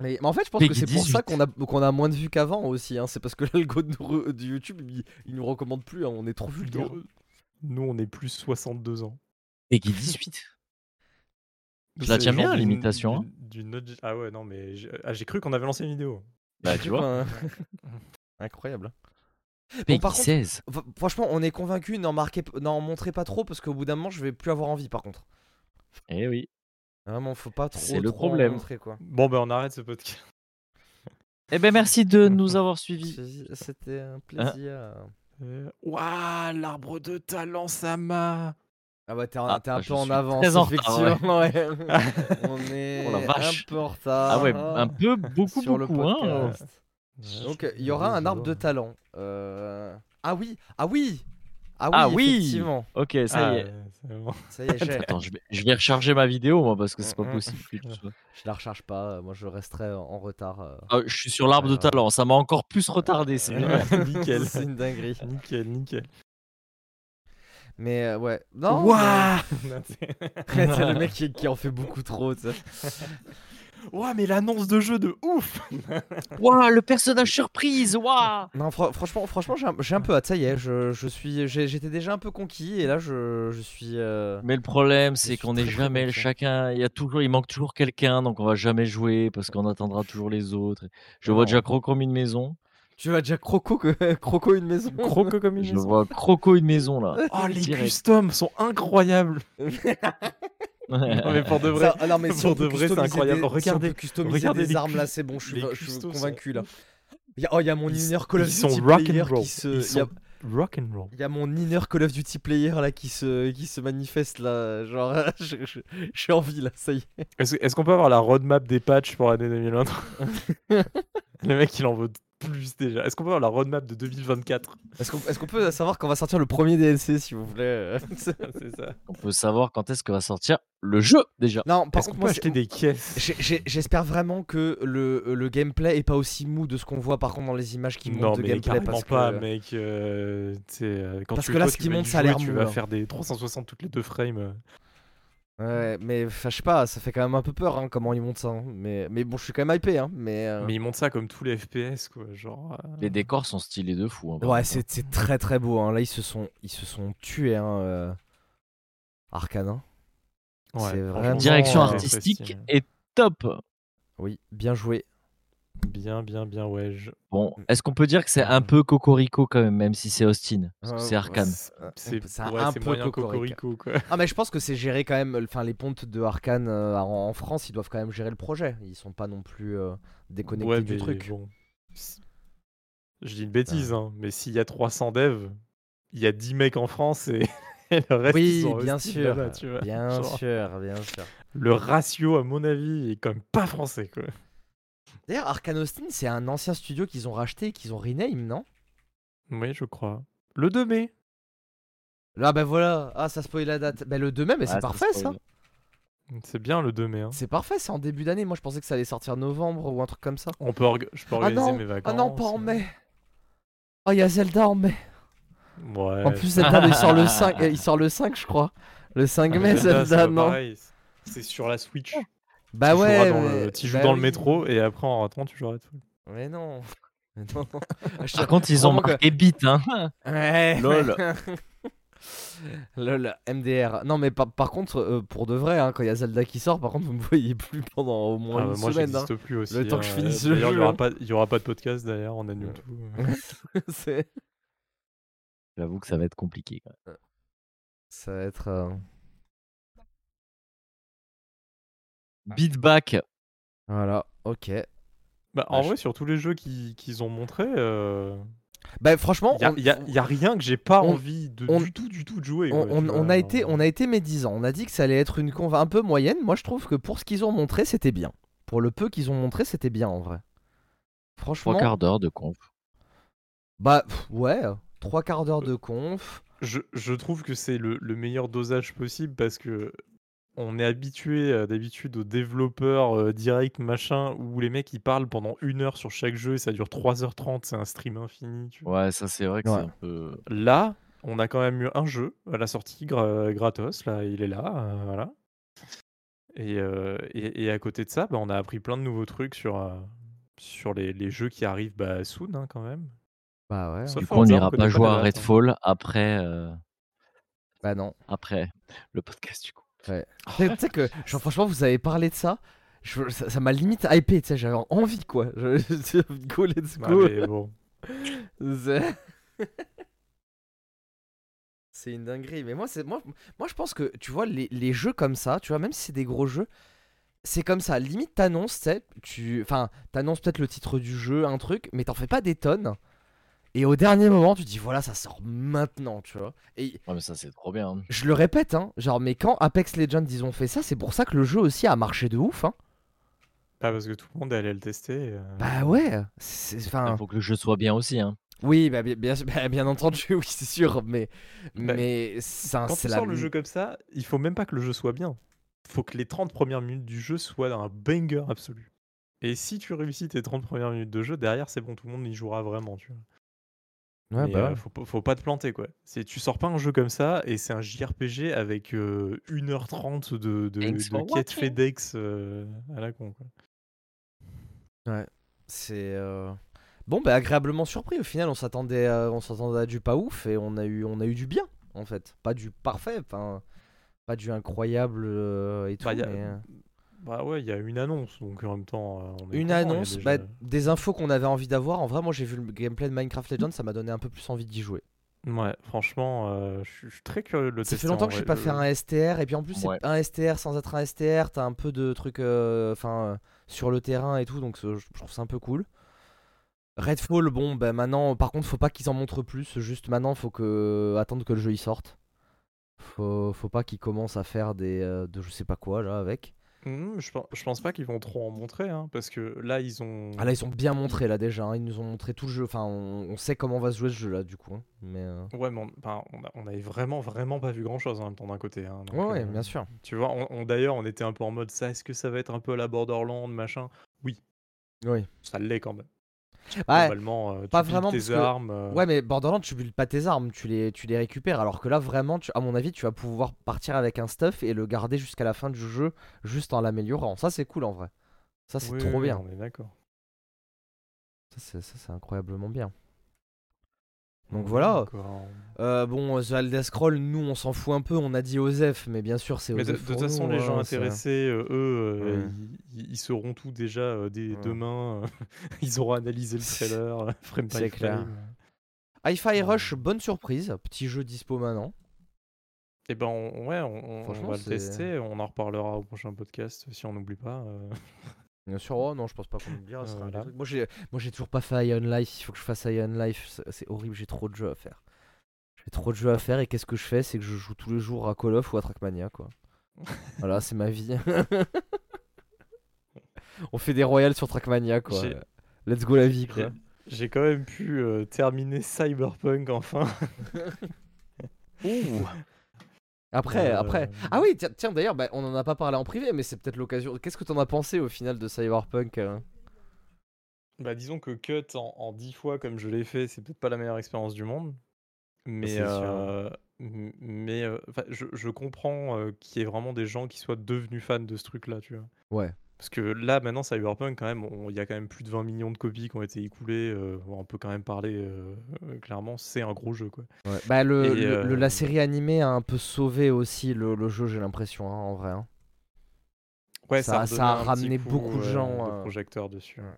B: Mais, mais en fait, je pense que
C: Peggy
B: c'est pour
C: 18.
B: ça qu'on a, qu'on a moins de vues qu'avant aussi. hein. C'est parce que (laughs) l'algo de, re- de YouTube il, il nous recommande plus. hein. On est trop vulgaire.
A: Nous, nous, on est plus 62 ans.
C: Et qui 18.
A: Nous,
C: Je la
A: c'est
C: tiens
A: le
C: bien,
A: genre
C: la
A: d'une-
C: l'imitation, hein.
A: d'une- d'une autre- Ah ouais, non mais j'ai ah, j'ai cru qu'on avait lancé une vidéo.
C: Bah, tu
B: (laughs)
C: vois.
B: Enfin, hein. Incroyable. hein.
C: Peggy
B: par contre-
C: 16.
B: Fr- Franchement, on est convaincu. N'en marquez p- n'en montrez pas trop parce qu'au bout d'un moment, je vais plus avoir envie par contre.
C: Eh oui.
B: Vraiment, faut pas trop.
C: C'est le
B: trop en
C: problème.
B: montrer, quoi.
A: Bon ben on arrête ce podcast.
C: Eh ben merci de nous avoir suivis.
B: C'est- C'était
C: Hein
B: un plaisir.
A: Euh, Ouah, l'arbre de talent, Sama.
B: Ah bah t'es, en-
C: Ah,
B: t'es un
C: je
B: peu en
C: suis
B: avance,
C: très en retard, ouais.
B: effectivement. ouais.
C: (laughs)
B: On est
C: Oh la vache.
B: un peu en retard.
C: Ah ouais, un peu, beaucoup,
B: sur
C: beaucoup.
B: le
C: hein.
B: podcast. Donc euh, il y aura un arbre de talent. Euh, Ah oui, ah oui, ah oui,
C: Ah oui.
B: effectivement.
C: Ok, ça
A: Ça
B: Ah.
C: y est.
B: Ça y est,
C: (laughs)
B: j'ai-
C: Attends, je vais, je vais recharger ma vidéo, moi, parce que c'est pas
B: Mm, mm.
C: possible. que je sois-
B: je la recharge pas. euh, Moi je resterai en- en retard. euh.
C: (laughs) Ah, je suis sur l'arbre de
B: Ouais, ouais.
C: talent, ça m'a encore plus
A: (laughs)
C: retardé. c'est (laughs) bien.
B: (laughs)
A: nickel.
B: C'est une dinguerie.
A: Nickel, nickel.
B: Mais euh, ouais. Non.
A: Ouah (laughs)
B: mais- (laughs) c'est le mec qui, qui en fait beaucoup trop. tu sais.
A: Ouah, mais l'annonce de jeu de
B: (laughs)
A: ouf
C: Waouh, le personnage surprise, waouh
B: Non, fran- franchement, franchement, j'ai un, j'ai un peu hâte. Ça y est, je, je suis, j'ai- j'étais déjà un peu conquis et là je, je suis. euh,
C: Mais le problème,
B: Je
C: c'est
B: suis
C: qu'on n'est
B: très, très
C: jamais
B: content.
C: chacun. Il y a toujours, il manque toujours quelqu'un, donc on va jamais jouer parce qu'on attendra toujours les autres. Je
B: Non.
C: vois déjà Croco une maison.
B: Tu vas déjà croco que (laughs) croco une maison.
A: Croco comme
C: Je vois Croco une maison
B: (laughs)
C: là. (laughs)
A: Oh, les
C: Direct.
A: customs sont incroyables Non, mais pour de vrai,
B: Ça- ah non, mais si
A: Pour
B: on peut
A: de vrai, c'est
B: customiser
A: incroyable.
B: des-
A: Regardez-
B: si on peut customiser
A: regardez
B: des
A: les
B: armes
A: cu-
B: là, c'est bon, je suis,
A: les
B: je suis
A: custos
B: convaincu là. Il y a, oh, il y a mon
A: Ils-
B: inner Call of
A: ils sont
B: Duty
A: rock and
B: player
A: roll.
B: qui se.
A: Ils
B: il y a-
A: sont rock and roll.
B: Il y a mon inner Call of Duty player là qui se, qui se manifeste là. Genre, (laughs) je- je- j'ai envie là, ça y est.
A: Est-ce est-ce qu'on peut avoir la roadmap des patchs pour l'année
B: (laughs)
A: 2023 Le mec, il en veut plus déjà. Est-ce qu'on peut avoir la roadmap de 2024
B: Est-ce qu'on est-ce qu'on peut savoir qu'on va sortir le premier DLC s'il vous
A: (laughs)
B: plaît euh,
A: C'est ça.
C: On peut savoir quand est-ce que va sortir le jeu déjà.
B: Non, par
A: Est-ce qu'on
B: contre,
A: peut
B: moi, c'est-
A: acheter des caisses
B: j'ai- j'ai- j'espère vraiment que le, le gameplay est pas aussi mou de ce qu'on voit par contre dans les images qui
A: Non,
B: montent de
A: mais
B: gameplay.
A: carrément
B: Parce
A: pas,
B: que...
A: mec. euh, tu sais, euh, quand
B: Parce
A: tu-
B: que là,
A: toi,
B: ce
A: tu
B: qui
A: vas y
B: monte, ça a l'air
A: jouer, Tu
B: mou, hein.
A: vas
B: là.
A: faire des 360 toutes les deux frames. euh.
B: Ouais, mais enfin, je sais pas, ça fait quand même un peu peur hein, comment ils montent ça. hein. Mais, mais bon, je suis quand même hypé. Hein, mais, euh,
A: Mais ils montent ça comme tous les FPS, quoi. Genre. euh,
C: Les décors sont stylés de fou. hein, par
B: Ouais,
C: contre.
B: c'est c'est très très beau. Hein. Là, ils se sont, ils se sont tués. Hein, euh, Arkane. hein.
A: ouais,
B: c'est
A: franchement,
B: vraiment,
C: Direction
B: euh,
C: artistique
A: stylé.
C: est top.
B: Oui, bien joué.
A: Bien, bien, bien, ouais. je-
C: Bon,
B: Mm.
C: est-ce qu'on peut dire que c'est un peu Cocorico quand même, même si c'est Austin Parce que
B: Euh,
C: c'est Arkane.
A: C'est c'est-
B: Ça a
A: ouais,
B: un
A: c'est
B: peu
A: moyen
B: cocorico.
A: cocorico, quoi.
B: Ah, mais je pense que c'est géré quand même. Enfin, les pontes de Arkane euh, en, en France, ils doivent quand même gérer le projet. Ils sont pas non plus euh, déconnectés
A: Ouais,
B: du
A: mais
B: truc.
A: bon. Si- Je dis une bêtise, hein, mais s'il y a 300 devs, il y a 10 mecs en France et, (laughs) et le reste ils
B: Oui,
A: sont
B: bien
A: hostiles
B: sûr.
A: là-bas, tu vois.
B: Bien
A: Genre,
B: sûr, bien sûr.
A: Le ratio, à mon avis, est quand même pas français, quoi.
B: D'ailleurs, Arkane Austin, c'est un ancien studio qu'ils ont racheté et qu'ils ont rename, non
A: Oui, je crois. Le 2 mai.
B: Là, ben voilà. Ah, ça spoil la date. Ben le 2 mai, mais
C: Ah,
B: c'est parfait ça.
C: spoil.
A: C'est bien le 2 mai. hein.
B: C'est parfait, c'est en début d'année. Moi, je pensais que ça allait sortir novembre ou un truc comme ça.
A: On peut orga- je peux
B: Ah
A: organiser
B: non,
A: mes vacances. euh,
B: ah non, pas en mai. Oh, il y a Zelda en mai.
A: Ouais.
B: En plus, Zelda, il sort le 5, il sort le 5 je crois. Le 5
A: Ah,
B: mai, Zelda,
A: c'est pas
B: non.
A: pareil, c'est- C'est sur la Switch.
B: Bah
A: tu
B: ouais.
A: joueras dans,
B: mais-
A: le, tu joues
B: bah
A: dans
B: oui.
A: le métro et après en rentrant tu joueras tout.
B: Mais non. (laughs) Mais non. Je-
C: Par contre, ils ont
B: Vraiment que-
C: marqué bit, hein.
A: (laughs)
B: Ouais.
C: Lol.
B: (laughs) Lol, MDR. Non, mais par, par contre, euh, pour de vrai, hein, quand il y a Zelda qui sort, par contre, vous me voyez plus pendant au moins
A: Ah,
B: une
A: moi
B: semaine. hein.
A: j'existe plus aussi.
B: Le temps que je
A: hein.
B: finisse le
A: D'ailleurs,
B: jeu,
A: Il y aura
B: hein.
A: pas- il y aura pas de podcast d'ailleurs, on annule tout.
B: Ouais. (laughs) C'est-
C: J'avoue que ça va être compliqué. quoi.
B: Ça va être. euh,
C: Beat back.
B: Voilà, ok.
A: Bah, en
C: je-
A: vrai, sur tous les jeux qui- qu'ils ont montrés, il
B: Bah, franchement,
A: n'y a,
B: on-
A: y a- y a rien que j'ai pas
B: on-
A: envie de,
B: on-
A: du tout, du tout de jouer.
B: On,
A: quoi,
B: on-
A: tu
B: on
A: vois,
B: a été,
A: genre. euh,
B: on a été médisant. On a dit que ça allait être une conve un peu moyenne. Moi, je trouve que pour ce qu'ils ont montré, c'était bien. Pour le peu qu'ils ont montré, c'était bien en vrai.
C: Trois
B: Franchement,
C: quarts d'heure de conf.
B: bah pff, ouais, trois quarts d'heure de conf.
A: Je, je trouve que c'est le, le meilleur dosage possible parce que on est habitué euh, d'habitude aux développeurs euh, direct machin où les mecs ils parlent pendant une heure sur chaque jeu et ça dure 3h30, c'est un stream infini. tu vois.
C: Ouais, ça c'est vrai que
B: Ouais.
C: c'est un peu.
A: Là, on a quand même eu un jeu à la sortie gra- gratos. Là, il est là, euh, voilà. Et, euh, et, et à côté de ça, bah, on a appris plein de nouveaux trucs sur, euh, sur les, les jeux qui arrivent bah, soon hein, quand même.
B: Bah ouais.
A: Sauf
C: Du
A: Forza,
C: coup, on n'ira
A: connaît
C: pas
A: de
C: jouer à
A: date, hein.
C: Redfall après, euh,
B: Bah non.
C: après le podcast du coup. Oh.
B: Tu sais- tu sais que, genre, franchement, vous avez parlé de ça. je- ça ça m'a limite hypé. Tu sais, j'avais envie quoi. Je- (laughs) go, let's
A: Ah,
B: go.
A: mais bon.
B: C'est- (laughs) C'est une dinguerie. Mais moi, c'est moi, moi, je pense que tu vois les, les jeux comme ça, tu vois, même si c'est des gros jeux, c'est comme ça. Limite, t'annonces, tu sais, tu, enfin, t'annonces peut-être le titre du jeu, un truc, mais t'en fais pas des tonnes. Et au dernier moment, tu dis voilà, ça sort maintenant, tu vois. Et
C: Ouais, mais ça c'est trop bien. hein.
B: je le répète, hein, genre, mais quand Apex Legends ils ont fait ça, c'est pour ça que le jeu aussi a marché de ouf, hein.
A: Pas parce que tout le monde est allé le tester. euh.
B: Bah ouais, c'est,
C: Il
B: enfin,
C: faut que le jeu soit bien aussi. Hein.
B: oui, bah, bien, bien, (laughs) bah, bien entendu, oui, c'est sûr, mais,
A: Bah,
B: mais, ça,
A: Quand
B: c'est
A: tu
B: la
A: sors le jeu comme ça, il faut même pas que le jeu soit bien. faut que les 30 premières minutes du jeu soient un banger absolu. Et si tu réussis tes 30 premières minutes de jeu, derrière, c'est bon, tout le monde y jouera vraiment, tu vois.
B: Ouais,
A: Mais,
B: bah
A: euh,
B: ouais.
A: faut, pas- faut pas te planter quoi. C'est tu sors pas un jeu comme ça et c'est un JRPG avec euh, 1h30 de, de,
C: Thanks
A: de
C: for
A: quête
C: watching.
A: FedEx euh, à la con quoi.
B: C'est euh, bon, bah agréablement surpris. Au final, on s'attendait, à... on s'attendait à du pas ouf et on a eu, on a eu du bien en fait, pas du parfait, enfin, pas du incroyable euh, et tout.
A: Bah, y a-
B: mais, euh,
A: Bah ouais, il y a une annonce donc en même temps euh, on est
B: Une
A: content, y a
B: annonce,
A: déjà-
B: bah, des infos qu'on avait envie d'avoir. En vrai, moi, j'ai vu le gameplay de Minecraft Legends, ça m'a donné un peu plus envie d'y jouer.
A: Ouais, franchement, euh, je suis- je suis très curieux de le
B: Ça
A: tester.
B: fait longtemps
A: en
B: que je
A: vrai. Euh,
B: sais pas faire
A: Le-
B: un STR et puis en plus,
C: Ouais.
B: c'est un STR sans être un STR. T'as un peu de trucs, euh, enfin, euh, sur le terrain et tout, donc euh, je je trouve ça un peu cool. Redfall, bon, bah maintenant, par contre, faut pas qu'ils en montrent plus. Juste maintenant, faut que attendre que le jeu y sorte. Faut, faut pas qu'ils commencent à faire des, euh, de je sais pas quoi là avec.
A: Hmm, je, pen- je pense pas qu'ils vont trop en montrer, hein, parce que là, ils ont.
B: Ah là, ils ont bien montré là déjà. hein. Ils nous ont montré tout le jeu. Enfin, on, on sait comment va se jouer ce jeu là du coup. hein. Mais euh,
A: Ouais, mais on, enfin, on a- on avait vraiment, vraiment pas vu grand chose en même temps d'un côté. hein, donc,
B: ouais, ouais,
A: euh,
B: bien sûr.
A: Tu vois, on, on- d'ailleurs, on était un peu en mode ça, est-ce que ça va être un peu à la Borderland, machin
B: Oui.
A: Ça l'est quand même.
B: Ouais,
A: Globalement, euh, tu
B: pas
A: builds
B: vraiment, parce
A: tes
B: que-
A: armes. euh,
B: Ouais, mais Borderlands, tu builds pas tes armes, tu les, tu les récupères. Alors que là, vraiment, tu- à mon avis, tu vas pouvoir partir avec un stuff et le garder jusqu'à la fin du jeu, juste en l'améliorant. Ça, c'est cool en vrai. Ça, c'est
A: oui,
B: trop
A: oui,
B: bien.
A: On est d'accord.
B: Ça, c'est- ça, c'est incroyablement bien. Donc
A: On est
B: voilà.
A: d'accord.
B: Euh, bon, The Elder Scroll, nous, on s'en fout un peu. On a dit Osef, mais bien sûr, c'est
A: Mais de,
B: Osef.
A: de
B: pour
A: toute façon,
B: nous,
A: les
B: hein,
A: gens
B: c'est-
A: intéressés, euh, eux, euh,
B: Ouais.
A: ils, ils- ils sauront tout déjà euh, dès
B: Ouais.
A: demain. euh, (laughs) ils auront analysé le trailer, euh, frame by
B: C'est clair.
A: frame.
B: Hi-Fi Rush, bonne surprise. Petit jeu dispo maintenant.
A: Et ben, on- ouais, on- on, on
B: Franchement,
A: va le
B: c'est-
A: tester. On en reparlera au prochain podcast si on n'oublie pas. euh.
B: Bien sûr, oh non, je pense pas qu'on oubliera. ce sera un des
A: Voilà.
B: trucs. Moi, j'ai, moi, j'ai toujours pas fait Ion Life. Il faut que je fasse Ion Life. C'est, c'est horrible, j'ai trop de jeux à faire. J'ai trop de jeux à faire et qu'est-ce que je fais C'est que je joue tous les jours à Call of ou à
A: (laughs)
B: Trackmania, quoi. voilà, c'est ma vie. On fait des royales sur Trackmania, quoi.
A: J'ai-
B: Let's go la vie, quoi.
A: J'ai- J'ai quand même pu euh, terminer Cyberpunk enfin.
B: Après,
A: Euh,
B: après. Ah oui, tiens, tiens, d'ailleurs, bah, on en a pas parlé en privé, mais c'est peut-être l'occasion. Qu'est-ce que t'en as pensé au final de Cyberpunk euh
A: Bah, disons que cut en, en 10 fois comme je l'ai fait, c'est peut-être pas la meilleure expérience du monde. Mais,
B: Ah, C'est sûr.
A: euh, m- mais euh, enfin, je, je comprends euh, qu'il y ait vraiment des gens qui soient devenus fans de ce truc-là, tu vois.
B: Ouais.
A: Parce que là, maintenant, Cyberpunk, quand même, on- il y a quand même plus de 20 millions de copies qui ont été écoulées. euh, on peut quand même parler euh, euh, clairement, c'est un gros jeu, quoi.
B: Ouais. Bah, le,
A: Et,
B: le- le-
A: euh,
B: la série animée a un peu sauvé aussi le, le jeu, j'ai l'impression, hein, en vrai. hein.
A: Ouais,
B: Ça-
A: ça,
B: ça
A: redonnait
B: a
A: un petit
B: ramené
A: coup,
B: beaucoup de
A: ouais,
B: gens,
A: de
B: euh.
A: projecteurs dessus.
B: Ouais.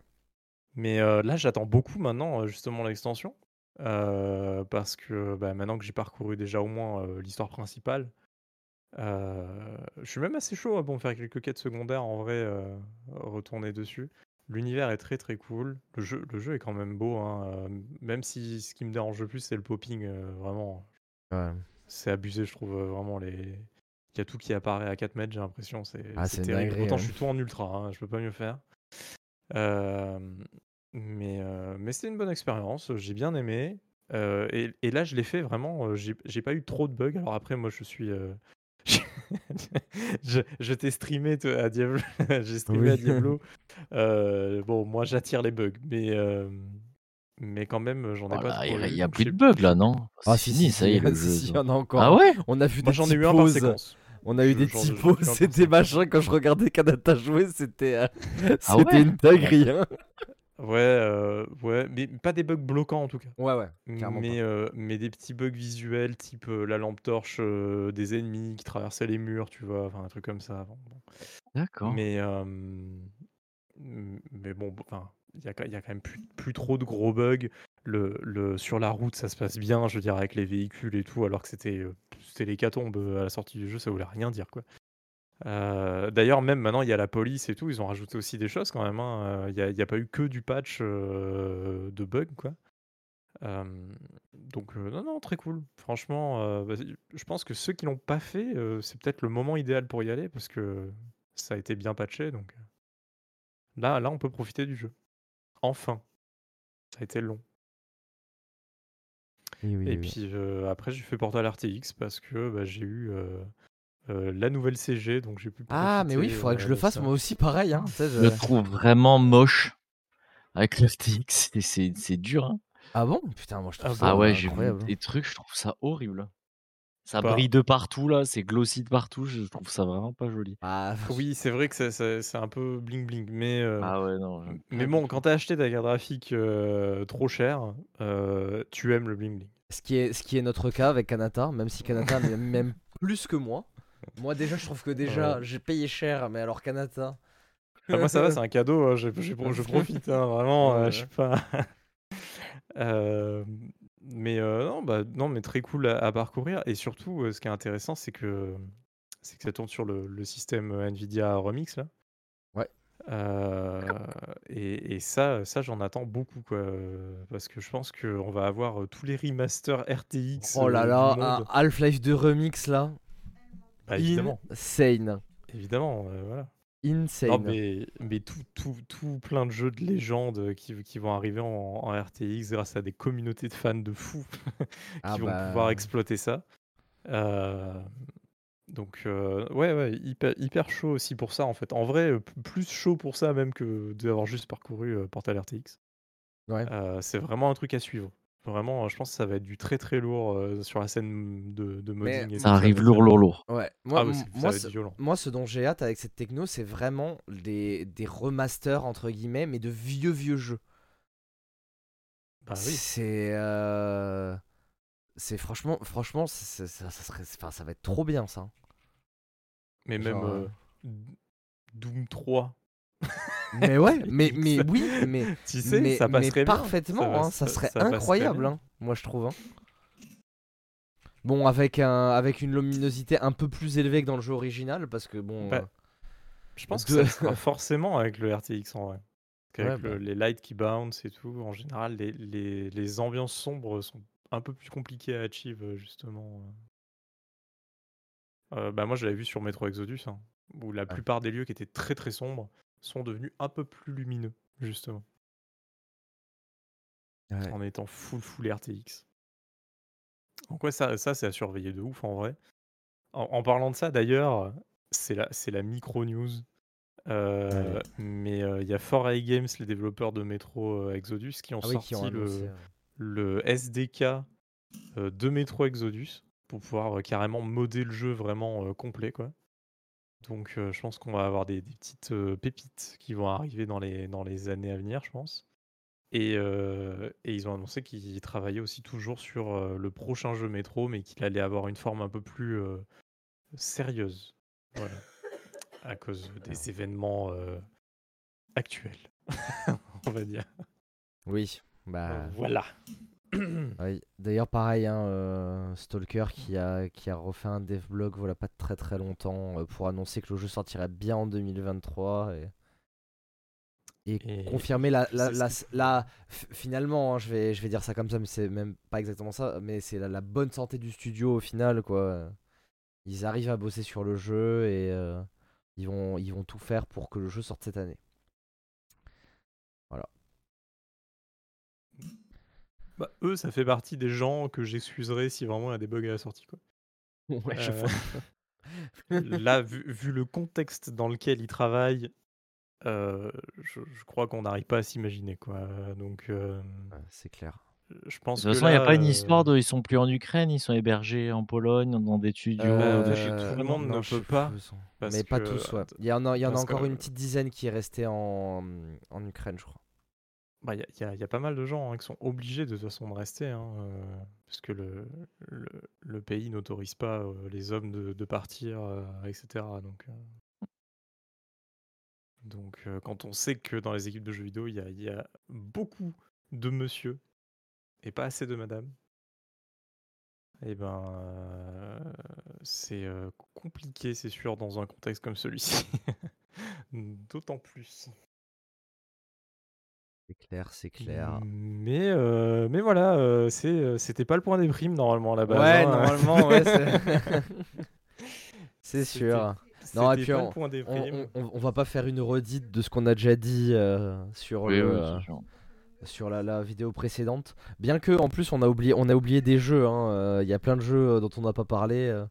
A: Mais euh, là, j'attends beaucoup maintenant, euh, justement, l'extension. euh, parce que bah, maintenant que j'ai parcouru déjà au moins euh, l'histoire principale, euh, je suis même assez chaud hein, pour me faire quelques quêtes secondaires en vrai, euh, retourner dessus. L'univers est très très cool. Le jeu, le jeu est quand même beau, hein, euh, même si ce qui me dérange le plus, c'est le popping. euh, vraiment, c'est abusé, je trouve euh, vraiment les. Il y a tout qui apparaît à 4 mètres, j'ai l'impression. C'est
B: Ah,
A: c'est
B: c'est une
A: terrible.
B: dinguerie,
A: Pourtant,
B: hein.
A: je suis tout en ultra, hein, je peux pas mieux faire. Euh, mais euh, mais c'était une bonne expérience, j'ai bien aimé. Euh, et, et là, je l'ai fait vraiment, euh, j'ai j'ai pas eu trop de bugs. Alors après, moi, je suis. euh, (laughs) je je t'ai streamé toi, à Diablo. (laughs) j'ai streamé
B: Oui.
A: à
B: (laughs)
A: Diablo. Euh, bon, moi, j'attire les bugs, mais. euh, Mais quand même, j'en ai
C: Oh
A: pas
C: là,
A: trop.
C: Il n'y
A: eu,
C: a
A: donc
C: plus
A: je
C: de
A: sais-
C: bugs là, non
B: Ah,
C: C'est fini, ça y est. le
B: si,
C: jeu,
B: (laughs) si,
C: ça.
B: il y en a encore.
C: Ah ouais
B: on a vu
A: Moi,
B: des
A: j'en ai
B: petites
A: eu un par
B: pauses.
A: séquence.
B: On a eu
A: Je-
B: des
A: j'en- j'en ai
B: petites
A: eu un
B: pauses,
A: par
B: c'était
A: séquence.
B: machin quand je regardais Kanata jouer,
A: (laughs)
B: c'était euh,
C: Ah
B: c'était
C: ouais
B: une dinguerie. hein.
A: Ouais, euh, ouais, mais pas des bugs bloquants en tout cas.
B: Ouais, ouais. Clairement
A: Mais, euh, mais des petits bugs visuels, type euh, la lampe torche euh, des ennemis qui traversaient les murs, tu vois, enfin un truc comme ça. bon, bon.
C: D'accord.
A: Mais, euh, m- mais bon, bon, enfin, il y, a quand- il y a quand même plus, plus trop de gros bugs. Le, le, sur la route, ça se passe bien, je veux dire, avec les véhicules et tout, alors que c'était euh, c'était l'hécatombe euh, à la sortie du jeu, ça voulait rien dire, quoi. Euh, D'ailleurs, même maintenant, il y a la police et tout, ils ont rajouté aussi des choses quand même. hein, euh, Il n'y a, il y a pas eu que du patch euh, de bugs, quoi. Euh, donc, euh, non, non, très cool. Franchement, euh, bah, je pense que ceux qui l'ont pas fait, euh, c'est peut-être le moment idéal pour y aller parce que ça a été bien patché. Donc euh, là, là, on peut profiter du jeu. Enfin, ça a été long. Et puis euh, après, j'ai fait Portal RTX parce que bah, j'ai eu euh, euh, la nouvelle CG, donc j'ai pu.
B: Ah, mais oui, il
A: profiter,
B: faudrait que
A: euh,
B: je le
A: de
B: fasse
A: ça.
B: moi aussi pareil. Hein, tu sais,
C: Je
B: je-
C: le trouve vraiment moche avec le FTX. c'est- C'est c'est dur. hein.
B: Ah bah bon Putain, moi je trouve
A: Ah
B: ça
C: Ah ouais, j'ai vu
B: incroyable. hein.
C: des trucs, je trouve ça horrible. Ça
A: Bah.
C: brille de partout là, c'est glossy de partout, je trouve ça vraiment pas joli.
B: Ah,
A: Oui, c'est vrai que ça- ça- c'est un peu bling bling, mais euh,
C: Ah ouais, non. j'aime
A: M-
C: pas
A: Mais
C: du
A: bon,
C: tout.
A: quand t'as acheté ta carte graphique euh, trop chère, euh, tu aimes le bling bling.
B: ce qui est ce qui est notre cas avec Kanata, même si Kanata (laughs) m'aime même plus que moi. Moi déjà, je trouve que déjà j'ai payé cher, mais alors Kanata.
A: Enfin, Ah, moi, ça va, c'est un cadeau. hein, je,
B: Bah,
A: je- je profite, hein, vraiment. euh, je sais pas. (laughs) Euh, mais euh, non, bah, non, mais très cool à, à parcourir. Et surtout, euh, ce qui est intéressant, c'est que c'est que ça tourne sur le, le système euh, Nvidia Remix là.
B: Ouais.
A: Euh, et, et ça, ça j'en attends beaucoup, quoi. euh, Parce que je pense qu'on va avoir euh, tous les remasters RTX
B: Oh là
A: euh, du
B: là, un
A: monde.
B: Half-Life 2 remix là.
A: Bah, évidemment,
B: Insane.
A: évidemment, euh, voilà.
B: Insane.
A: Non, mais, mais tout, tout, tout plein de jeux de légende qui, qui vont arriver en, en RTX grâce à des communautés de fans de (laughs) fous
B: Ah
A: qui
B: bah,
A: vont pouvoir exploiter ça. Euh, donc, euh, ouais, ouais, hyper, hyper chaud aussi pour ça, en fait. En vrai, euh, p- plus chaud pour ça même que d'avoir juste parcouru euh, Portal RTX.
B: Ouais.
A: Euh, c'est vraiment un truc à suivre. Vraiment, euh, je pense que ça va être du très très lourd euh, sur la scène de, de modding. et tout
C: Ça arrive
A: notamment.
C: lourd,
A: (laughs)
C: lourd, lourd.
B: Ouais. Moi,
A: Ah ouais,
B: m-
A: c'est- ça
B: moi,
A: va être
B: ce-
A: violent.
B: moi, ce dont j'ai hâte avec cette techno, c'est vraiment des, des remasters entre guillemets, mais de vieux vieux jeux.
A: Bah oui.
B: C'est euh, c'est franchement franchement c'est- c'est- ça, ça serait enfin, ça va être trop bien ça. hein.
A: Mais même
B: Genre, euh,
A: euh, D- Doom 3, (laughs)
B: Mais ouais, mais
A: Remix.
B: mais oui, mais
A: tu sais,
B: mais,
A: ça
B: mais
A: passerait bien.
B: parfaitement,
A: Ça va-
B: hein, ça, serait
A: passerait
B: incroyable,
A: bien.
B: hein, moi je trouve. hein. Bon, avec, un, avec une luminosité un peu plus élevée que dans le jeu original, parce que bon.
A: Bah,
B: euh,
A: Je pense que ça
B: De-
A: le
B: (laughs)
A: sera forcément avec le RTX en vrai. Parce qu'avec
B: Ouais, bah.
A: le- les lights qui bounce et tout, en général, les, les, les ambiances sombres sont un peu plus compliquées à achieve, euh, justement. Euh, bah moi, je l'avais vu sur Metro Exodus, hein, où
B: Ah.
A: la plupart des lieux qui étaient très très sombres sont devenus un peu plus lumineux, justement,
B: ouais.
A: en étant full full RTX. Donc ouais, ça, ça c'est à surveiller de ouf en vrai. En, en parlant de ça, d'ailleurs, c'est la, c'est la micro-news. Euh, mais euh, il y a 4i Games, les développeurs de Metro euh, Exodus, qui ont
B: Ah oui,
A: sorti
B: qui ont annoncé,
A: le,
B: ouais.
A: le SDK euh, de Metro Exodus pour pouvoir euh, carrément modder le jeu vraiment euh, complet. Quoi. Donc euh, je pense qu'on va avoir des, des petites euh, pépites qui vont arriver dans les, dans les années à venir, je pense. Et, euh, et ils ont annoncé qu'ils travaillaient aussi toujours sur euh, le prochain jeu Metro, mais qu'il allait avoir une forme un peu plus euh, sérieuse. Voilà. À cause des événements euh, actuels, (laughs) on va dire.
B: Oui, bah.
A: Voilà.
B: oui. D'ailleurs, pareil, hein, euh, Stalker qui a, qui a refait un dev blog, voilà, pas très très longtemps, euh, pour annoncer que le jeu sortirait bien en 2023. Et... et
A: Et-
B: confirmer la,
A: je sais
B: la,
A: ce
B: la-
A: qu'il faut.
B: la- f- finalement hein, je vais je vais dire ça comme ça mais c'est même pas exactement ça mais c'est la, la bonne santé du studio au final quoi ils arrivent à bosser sur le jeu et euh, ils vont ils vont tout faire pour que le jeu sorte cette année
A: Bah, eux, ça fait partie des gens que j'excuserais si vraiment il y a des bugs à la sortie. Quoi. Euh, là, vu, vu le contexte dans lequel ils travaillent, euh, je, je crois qu'on n'arrive pas à s'imaginer. quoi. Donc, euh,
B: Ouais, c'est clair
A: je
C: De
A: pense
C: toute
A: que
C: façon, il n'y a
A: là,
C: pas une
A: euh,
C: histoire de. Ils sont plus en Ukraine, ils sont hébergés en Pologne, dans des studios.
A: Euh,
C: de
A: chez
C: chez-
A: tout le monde ne
B: non, je
A: peut
B: sais
A: pas,
B: plus où ils sont.
A: parce
B: mais pas
A: que,
B: tous ouais
A: att-
B: il y en a il y en a
A: parce que-
B: encore une petite dizaine qui est restée en en Ukraine je crois
A: bah, y, a- y a- y a pas mal de gens hein, qui sont obligés de toute façon de rester, hein, euh, parce que le, le, le pays n'autorise pas euh, les hommes de, de partir, euh, etc. Donc, euh, donc euh, quand on sait que dans les équipes de jeux vidéo, il y a, y a beaucoup de monsieur et pas assez de madame, et ben euh, c'est euh, compliqué, c'est sûr, dans un contexte comme celui-ci. (laughs) D'autant plus.
B: c'est clair c'est
A: Mm.
B: clair
A: Mais, euh, mais voilà, euh, c'est, euh, c'était pas le point des primes normalement là-bas. (laughs)
B: ouais normalement ouais c'est (laughs) c'est
A: C'était-
B: sûr Non, et puis
A: pas
B: on-
A: le point des
B: on,
A: primes.
B: on- on- on va pas faire une redite de ce qu'on a déjà dit euh,
A: oh
B: sur,
C: Oui,
B: le,
C: oui,
B: euh,
C: c'est sûr.
B: sur la, la vidéo précédente. Bien que, en plus, on a oublié, on a oublié des jeux. Il y a plein de jeux euh, dont on n'a pas parlé. euh.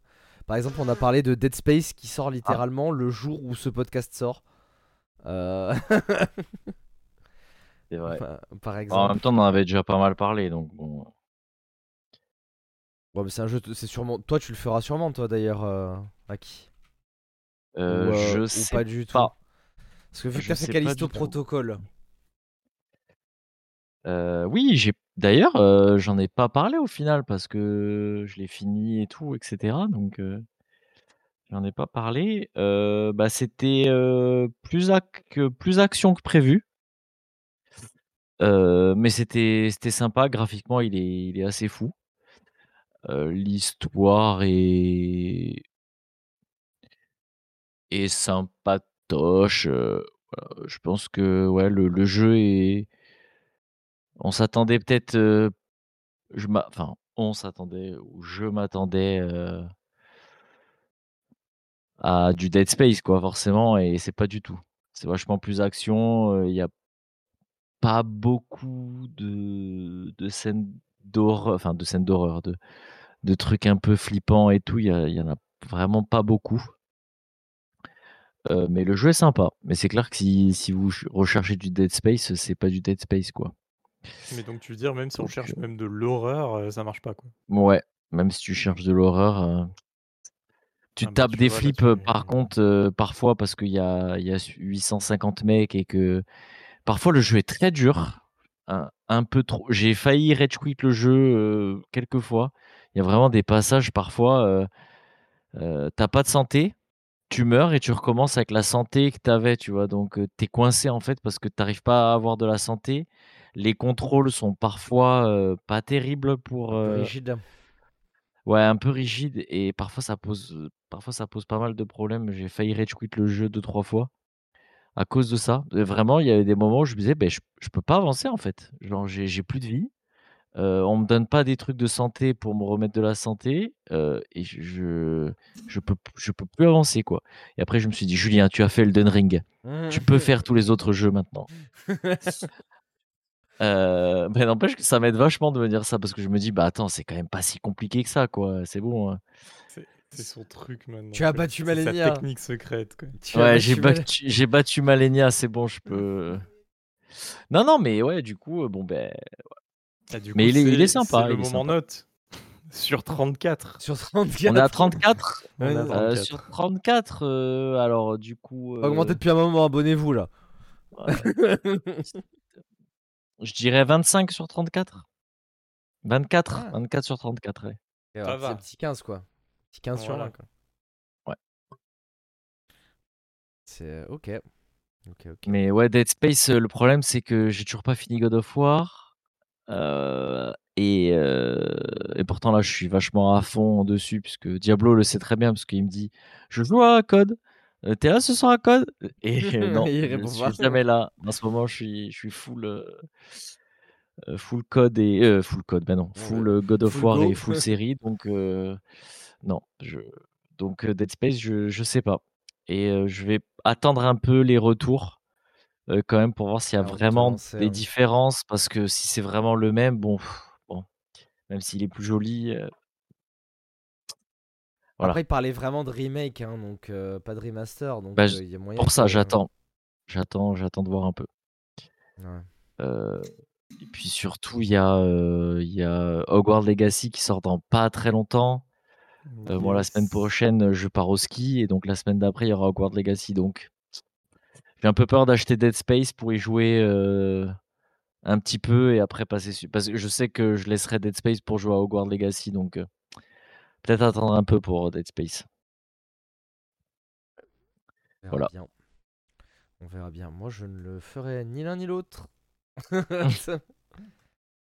B: Par exemple, on a parlé de Dead Space qui
C: Ah.
B: sort littéralement le jour où ce podcast sort. Euh, (laughs)
C: C'est vrai.
B: par- Par
C: En
B: exemple,
C: même temps, on en avait déjà pas mal parlé, donc bon.
B: Ouais, mais c'est un jeu. C'est sûrement. Toi, tu le feras sûrement, toi d'ailleurs, euh, Aki.
C: Euh,
B: ou, euh,
C: je
B: ou
C: sais
B: pas du tout.
C: pas.
B: Parce que vu que
C: Je
B: t'as fait
C: sais pas
B: Callisto
C: du tout.
B: Protocol,
C: Euh, oui, j'ai d'ailleurs, euh, j'en ai pas parlé au final parce que je l'ai fini et tout, etc. Donc, euh, j'en ai pas parlé. Euh, bah, c'était euh, plus, ac- que- plus action que prévu. Euh, mais c'était c'était sympa. Graphiquement, il est, il est assez fou. Euh, L'histoire est, est sympatoche. euh, Voilà, je pense que ouais, le, le jeu est. On s'attendait peut-être. euh, je m'a- Enfin, on s'attendait, ou je m'attendais euh, à du Dead Space, quoi, forcément, et c'est pas du tout. C'est vachement plus action, euh, il y a pas beaucoup de, de scènes d'horreur, enfin de scènes d'horreur, de, de trucs un peu flippants et tout, il y, a- il y en a vraiment pas beaucoup. Euh, mais le jeu est sympa. Mais c'est clair que si, si vous ch- recherchez du Dead Space, c'est pas du Dead Space quoi.
A: Mais donc tu veux dire, même si on
C: Donc,
A: cherche même de l'horreur, euh, ça marche pas quoi.
C: Ouais, même si tu cherches de l'horreur, euh, tu
A: Ah bah
C: tapes
A: tu
C: des
A: vois là
C: flips euh,
A: tu.
C: par contre euh, parfois parce qu'il y a, il y a 850 mecs et que parfois le jeu est très dur. Un, un peu trop. J'ai failli rage quit le jeu euh, quelques fois. Il y a vraiment des passages parfois, euh, euh, t'as pas de santé, tu meurs et tu recommences avec la santé que t'avais, tu vois. Donc euh, t'es coincé en fait parce que t'arrives pas à avoir de la santé. Les contrôles sont parfois euh, pas terribles pour,
B: Un peu
C: euh,
B: rigide.
C: Ouais, un peu rigide et parfois ça pose, euh, parfois ça pose pas mal de problèmes. J'ai failli rage quit le jeu deux trois fois à cause de ça. Et vraiment, il y avait des moments où je me disais, ben je, je peux pas avancer en fait. Genre, j'ai j'ai plus de vie. Euh, on me donne pas des trucs de santé pour me remettre de la santé euh, et je, je je peux je peux plus avancer quoi. Et après, je me suis dit, Julien, tu as fait Elden Ring. Tu
B: (laughs)
C: peux faire tous les autres jeux maintenant. Euh, (laughs) ben n'empêche que ça m'aide vachement de me dire ça parce que je me dis, bah attends, c'est quand même pas si compliqué que ça quoi. C'est bon. hein.
A: C'est c'est son truc maintenant
B: tu as
A: quoi.
B: battu
A: C'est sa
B: Malenia.
A: technique secrète quoi.
B: Tu as
C: Ouais, j'ai
B: battu Malenia.
C: battu, j'ai battu Malenia, c'est bon, je peux. Non, non, mais ouais, du coup, euh, bon, ben.
A: Ah, du
C: Mais
A: coup
C: il est, il est
A: c'est c'est
C: sympa,
A: le
C: il est
A: moment
C: sympa.
A: note (laughs) sur 34.
B: Sur
C: On est à
B: 34.
C: 34
A: On a
B: Ouais,
C: euh, Sur
A: 34.
C: 34, euh, alors, du coup.
B: Augmenté
C: euh,
B: depuis un moment, abonnez-vous là.
C: ouais, je dirais 25 sur 34. 24,
B: Ah.
C: 24 sur 34, ouais.
B: (laughs) Et
A: Ça
B: voilà,
A: va.
B: C'est petit 15 quoi. Petit 15 sur
A: Voilà.
B: 20 quoi.
C: Ouais.
B: C'est euh, ok. Ok, ok.
C: Mais ouais, Dead Space, euh, le problème, c'est que j'ai toujours pas fini God of War. Euh, et, euh, et pourtant là, je suis vachement à fond dessus, puisque Diablo le sait très bien, parce qu'il me dit, je joue à Code. Euh, T'es là ce soir à Code Et (laughs)
B: (laughs)
C: euh, non,
B: Il
C: je
B: répond
C: suis
B: pas.
C: jamais là. En ce moment, je suis, je suis full, euh, euh, full code et euh, full code. Ben non,
B: Ouais.
C: full euh, God of
B: Full
C: War
B: go.
C: et full série. Donc euh, non, je, donc euh, Dead Space, je, je sais pas. Et euh, je vais attendre un peu les retours euh, quand même pour voir s'il y a
B: Alors, on va te
C: vraiment
B: lancer.
C: des
B: hein.
C: différences parce que si c'est vraiment le même, bon, pff, bon même s'il est plus joli, euh, voilà.
B: Après, il parlait vraiment de remake, hein, donc euh, pas de remaster, donc
C: Bah,
B: euh,
C: je-
B: il y a moyen
C: pour ça,
B: que.
C: j'attends, j'attends, j'attends de voir un peu.
B: Ouais.
C: Euh, et puis surtout, il y a, euh, il y a Hogwarts Legacy qui sort dans pas très longtemps. Euh, moi, la semaine
A: Yes.
C: prochaine, euh, je pars au ski et donc la semaine d'après, il y aura Hogwarts Legacy. Donc, j'ai un peu peur d'acheter Dead Space pour y jouer euh, un petit peu et après passer su- parce que je sais que je laisserai Dead Space pour jouer à Hogwarts Legacy. Donc, euh, peut-être attendre un peu pour euh, Dead Space.
B: On verra
C: Voilà.
B: bien. On verra bien. Moi, je ne le ferai ni l'un
C: (laughs)
B: ni l'autre. Il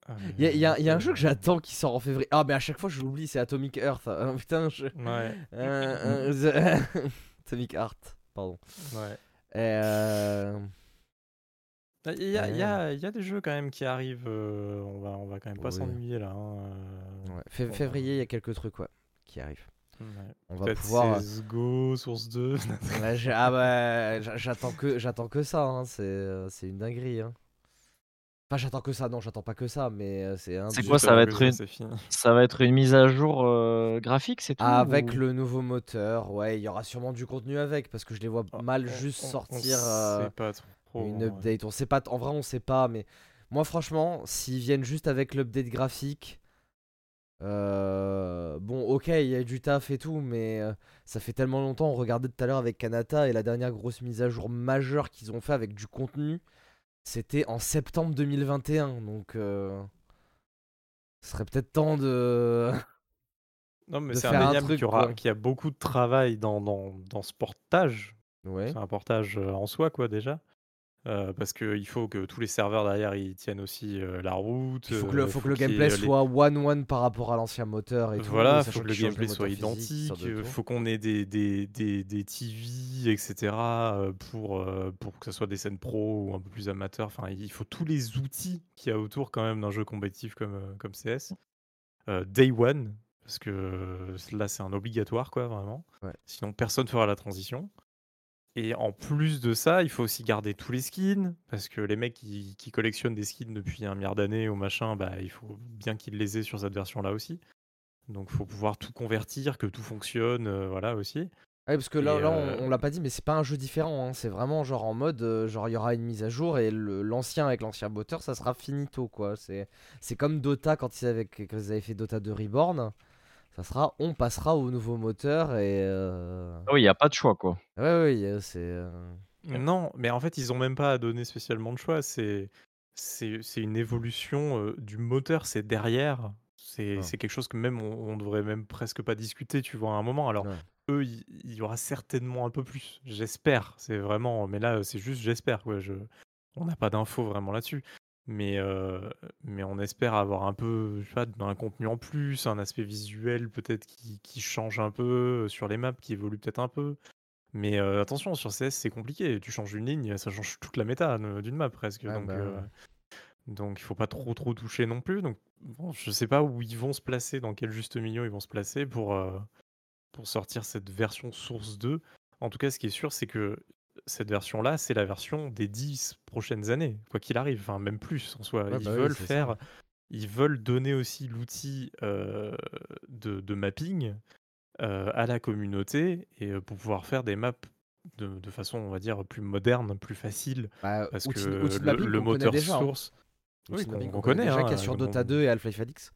A: Ah,
B: y, a- il y a- il y a un
A: euh,
C: (laughs)
B: jeu que j'attends qui sort en février. Ah, mais à chaque fois, je l'oublie, c'est Atomic Earth. (laughs) Ah, putain, je.
A: Ouais,
B: Euh, euh, the- Atomic Heart, pardon.
A: ouais.
B: Et, euh,
A: Il y, a- il y
B: ouais,
A: a il y a des jeux quand même qui arrivent, euh, on, va, on va quand même pas
B: Oui.
A: s'ennuyer là. hein, euh,
B: ouais. Fé-
A: on va-
B: février, il y a quelques trucs ouais, qui arrivent.
A: ouais.
B: On va
A: Peut-être
B: pouvoir. euh,
A: CSGO, Source (laughs) 2.
B: Ouais, j'ai- ah bah, j'a- j'attends que j'attends que ça. hein, C'est euh, c'est une dinguerie. Hein. Enfin, j'attends que ça. Non, j'attends pas que ça, mais euh, c'est un.
C: C'est
B: des-
C: quoi
A: Juste
C: Ça
A: avant
C: va
A: que
C: être
A: ça,
C: une,
A: c'est fini.
C: ça va être une mise à jour euh, graphique, c'est tout
B: Avec
C: ou-
B: le nouveau moteur, ouais, il y aura sûrement du contenu avec parce que je les vois
A: Ah,
B: mal
A: On,
B: juste
A: on- on
B: sortir euh,
A: sait pas trop.
B: une
A: ouais.
B: update. On sait pas. En vrai, on sait pas, mais moi, franchement, s'ils viennent juste avec l'update graphique. Euh, bon, ok, il y a eu du taf et tout, mais euh, ça fait tellement longtemps. On regardait tout à l'heure avec Kanata et la dernière grosse mise à jour majeure qu'ils ont fait avec du contenu, c'était en septembre 2021. Donc, euh, ce serait peut-être temps de, (laughs)
A: Non, mais
B: de
A: c'est
B: faire un
A: indéniable qu'il
B: truc,
A: y, aura,
B: quoi.
A: qu'il y a beaucoup de travail dans, dans, dans ce portage.
B: Ouais.
A: C'est un portage euh, en soi, quoi, déjà. euh, parce qu'il faut que tous les serveurs derrière ils tiennent aussi euh, la route.
B: Il faut que le,
A: euh,
B: faut que le
A: qu'il y ait,
B: gameplay
A: euh, les-
B: soit one-one par rapport à l'ancien moteur et tout.
A: Voilà,
B: sachant
A: faut que le
B: qu'ils changent
A: gameplay
B: moteur
A: soit
B: physique,
A: identique,
B: sorte de
A: euh,
B: tout.
A: faut qu'on ait des, des, des, des TV, etc. euh, pour, euh, pour que ce soit des scènes pro ou un peu plus amateur. Enfin, il faut tous les outils qu'il y a autour quand même d'un jeu compétitif comme, euh, comme CS. Euh, day one, parce que euh, là c'est un obligatoire quoi vraiment.
B: Ouais.
A: Sinon personne fera la transition. Et en plus de ça, il faut aussi garder tous les skins, parce que les mecs qui, qui collectionnent des skins depuis un milliard d'années ou machin, bah, il faut bien qu'ils les aient sur cette version-là aussi. Donc faut pouvoir tout convertir, que tout fonctionne, euh, voilà aussi.
B: Ouais, Ah parce que là,
A: Et,
B: là, on-
A: euh,
B: on, l'a pas dit, mais c'est pas un jeu différent. hein. C'est vraiment genre en mode, euh, genre il y aura une mise à jour et le- l'ancien avec l'ancien moteur, ça sera finito quoi. C'est c'est comme Dota quand ils avaient, quand ils avaient fait Dota 2 Reborn. Ça sera, on passera au nouveau moteur et. euh,
C: Ah oui, il n'y a pas de choix, (laughs) quoi.
B: Ouais, ouais, euh, c'est. euh,
C: Ouais.
A: Non, mais en fait, ils ont même pas à donner spécialement de choix. C'est c'est c'est une évolution euh, du moteur, c'est derrière. C'est
B: Ah.
A: c'est quelque chose que même on, on devrait même presque pas discuter, tu vois, à un moment. Alors,
B: Ouais.
A: eux, il il y, aura certainement un peu plus. J'espère. C'est vraiment. Mais là, c'est juste j'espère. quoi, je, on n'a pas d'infos vraiment là-dessus. Mais, euh, mais on espère avoir un peu je sais pas, un contenu en plus, un aspect visuel peut-être qui, qui change un peu euh, sur les maps, qui évolue peut-être un peu. Mais euh, attention, sur CS, c'est compliqué. Tu changes une ligne, ça change toute la méta euh, d'une map presque.
B: Ouais,
A: donc,
B: bah ouais.
A: euh, donc il faut pas trop trop toucher non plus. Donc bon, je sais pas où ils vont se placer, dans quel juste milieu ils vont se placer pour, euh, pour sortir cette version Source 2. En tout cas, ce qui est sûr, c'est que cette version-là, c'est la version des 10 prochaines années, quoi qu'il arrive, enfin même plus en soi.
B: Ouais,
A: ils
B: bah oui,
A: veulent
B: c'est ça.
A: faire, ils veulent donner aussi l'outil euh, de, de mapping euh, à la communauté et euh, pour pouvoir faire des maps de, de façon, on va dire, plus moderne, plus facile,
B: bah,
A: parce
B: outil-
A: que
B: outil de
A: le,
B: mapping
A: le
B: qu'on connaît
A: moteur
B: déjà, hein.
A: source. Oui,
B: Outil de
A: qu'on-
B: mapping
A: qu'on connaît,
B: déjà,
A: hein,
B: qu'il y a sur
A: euh,
B: Dota
A: qu'on-
B: 2 et Half-Life Alyx.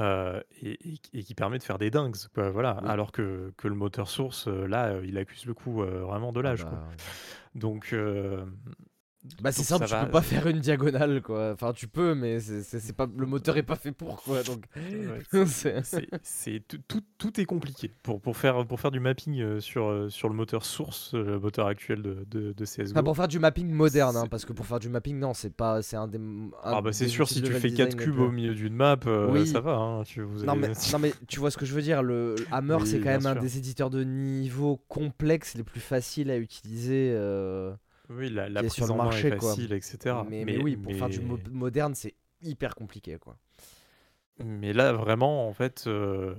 A: euh, et, et- et qui permet de faire des dingues, quoi, voilà.
B: Oui.
A: Alors que, que le moteur source, euh, là, euh, il accuse le coup euh, vraiment de
B: Ah
A: l'âge. quoi.
B: bah,
A: Donc, euh,
B: Bah c'est
A: donc ça
B: simple, tu
A: va, euh,
B: peux pas faire une diagonale quoi. Enfin tu peux, mais c'est- c'est c'est pas le moteur est pas fait pour quoi. Donc (laughs)
A: ouais,
B: c'est-
A: c'est- c'est tout, tout- tout est compliqué pour, pour faire pour faire du mapping euh, sur euh, sur le moteur source, euh, le moteur actuel de de, de CS:GO.
B: Enfin, pour faire du mapping moderne, hein,
A: C'est-
B: parce que pour faire du mapping, non, c'est pas, c'est un des. un
A: Ah bah c'est
B: des
A: sûr
B: outils
A: si
B: de
A: tu
B: level
A: fais 4
B: design les
A: cubes
B: plus-
A: au milieu d'une map, euh,
B: Oui.
A: ça va. hein, tu- vous
B: Non
A: avez-
B: mais,
A: (laughs)
B: non mais tu vois ce que je veux dire, le le Hammer
A: Oui,
B: c'est quand
A: bien
B: même un
A: sûr.
B: des éditeurs de niveau complexe les plus faciles à utiliser. euh,
A: oui, la, la
B: qui est
A: prise
B: sur le
A: en main
B: marché,
A: est
B: quoi.
A: facile, etc.
B: mais, mais oui, pour faire du
A: mais-
B: mo- moderne c'est hyper compliqué quoi.
A: Mais là, vraiment, en fait, euh,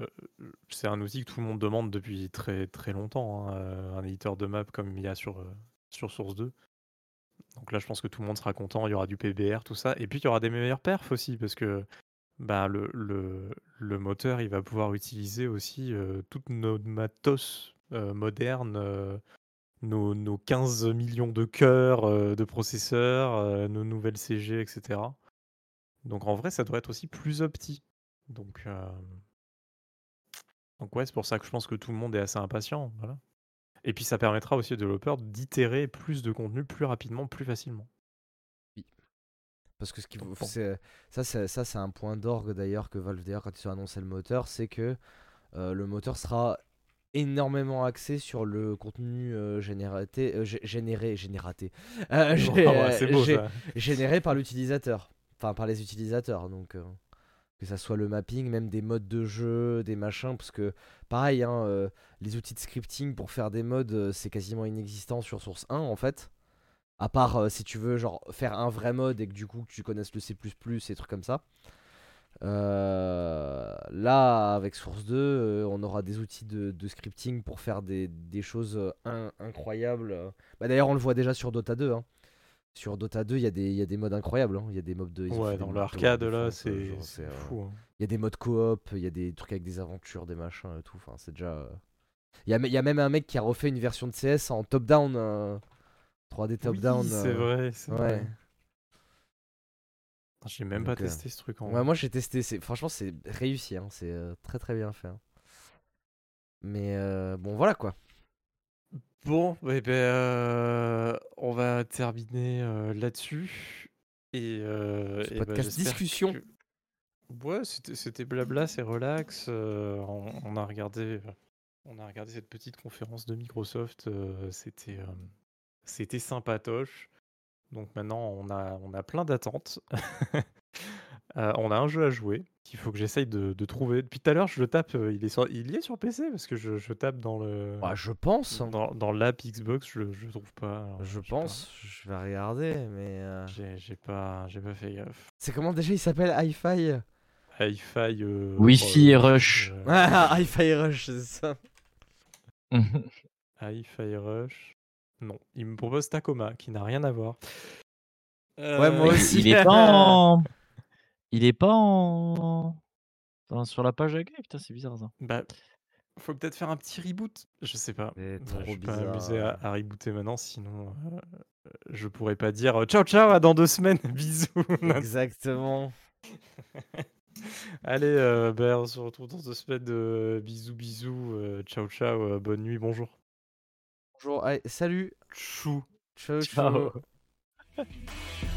A: c'est un outil que tout le monde demande depuis très très longtemps, hein, euh, un éditeur de map comme il y a sur, euh, sur Source 2. Donc là, je pense que tout le monde sera content, il y aura du PBR, tout ça. Et puis, il y aura des meilleurs perfs aussi, parce que bah, le, le, le moteur, il va pouvoir utiliser aussi euh, toutes nos matos euh, modernes, euh, nos, nos 15 millions de cœurs, euh, de processeurs, euh, nos nouvelles CG, etc. Donc en vrai, ça devrait être aussi plus opti. Donc, euh, Donc ouais, c'est pour ça que je pense que tout le monde est assez impatient. Voilà. Et puis ça permettra aussi aux développeurs d'itérer plus de contenu plus rapidement, plus
B: (laughs)
A: facilement.
B: Parce que ce qui
A: Donc,
B: faut- c'est- ça, c'est ça, c'est un point d'orgue d'ailleurs que Valve d'ailleurs quand ils ont annoncé le moteur, c'est que euh, le moteur sera énormément axé sur le contenu euh, génératé, euh, gé- généré, génératé, (laughs) euh, gé-
A: Ah (laughs) ouais, c'est beau
B: gé-
A: ça.
B: généré par l'utilisateur, enfin par les utilisateurs, donc euh, que ça soit le mapping, même des modes de jeu, des machins, parce que pareil, hein, euh, les outils de scripting pour faire des modes, euh, c'est quasiment inexistant sur Source 1 en fait. À part euh, si tu veux genre faire un vrai mode et que du coup que tu connaisses le C++ et des trucs comme ça. Euh, là, avec Source 2, euh, on aura des outils de, de scripting pour faire des, des choses euh, in- incroyables. Bah, D'ailleurs, on le voit déjà sur Dota 2. hein. Sur Dota 2, il y, a des- il y a des modes incroyables. hein. Il y a des modes de. ils ont fait
A: Ouais,
B: des
A: dans
B: modes de
A: l'arcade là,
B: défense, euh,
A: c'est
B: genre,
A: c'est
B: euh,
A: fou. hein.
B: il y a des modes coop, il y a des trucs avec des aventures, des machins et tout. Enfin, c'est déjà. euh, Il y, a, me- il y a même un mec qui a refait une version de CS en top-down. euh, 3D
A: Oui,
B: top-down.
A: c'est
B: euh,
A: vrai. c'est vrai.
B: Ouais.
A: J'ai même pas
B: Donc, euh,
A: testé ce truc en
B: Ouais, moi j'ai testé. c'est- Franchement, c'est réussi. hein, C'est euh, très très bien fait. hein. Mais euh, bon, voilà quoi.
A: Bon, eh ben, euh, on va terminer euh, là-dessus. Et, euh,
B: Ce
A: eh ben,
B: podcast
A: j'espère
B: discussion.
A: que- Ouais, c'était c'était blabla, c'est relax. euh, on, on a regardé, on a regardé cette petite conférence de Microsoft. euh, c'était, euh, c'était euh, sympatoche. Donc maintenant, on a, on a plein d'attentes. (laughs) Euh, on a un jeu à jouer qu'il faut que j'essaye de, de trouver. Depuis tout à l'heure, je le tape. euh, Il est sur, il y est sur PC parce que je, je tape dans le
B: Bah, je pense. hein.
A: dans, dans l'app Xbox. Je le trouve pas. alors,
B: Je
A: j'ai pas-
B: pense. Je vais regarder, mais. euh,
A: J'ai j'ai pas, j'ai pas fait gaffe.
B: C'est comment déjà il s'appelle Hi-Fi
A: Hi-Fi. euh,
C: Wi-Fi Rush.
A: euh,
B: (laughs) Ah, Hi-Fi Rush, c'est ça.
A: Hi-Fi Rush. Non, il me propose Tacoma qui n'a rien à voir.
B: Ouais, moi
A: Euh,
B: aussi.
C: il est pas en. Il est pas en. dans- sur la page d'accueil, putain, c'est bizarre ça.
A: Bah, faut peut-être faire un petit reboot. Je sais pas.
B: C'est
A: Ouais,
B: trop
A: je vais pas
B: bizarre.
A: m'amuser à, (laughs) à rebooter maintenant, sinon euh, euh, je pourrais pas dire euh, ciao ciao à dans deux semaines, (laughs)
B: (laughs)
A: bisous.
B: (laughs) Exactement.
A: Allez, euh, ben, on se retrouve dans deux semaines. euh, bisous bisous, euh, ciao ciao, euh, bonne nuit, bonjour.
B: Bonjour, allez, salut.
A: Chou.
B: Ciao, ciao.
C: Ciao.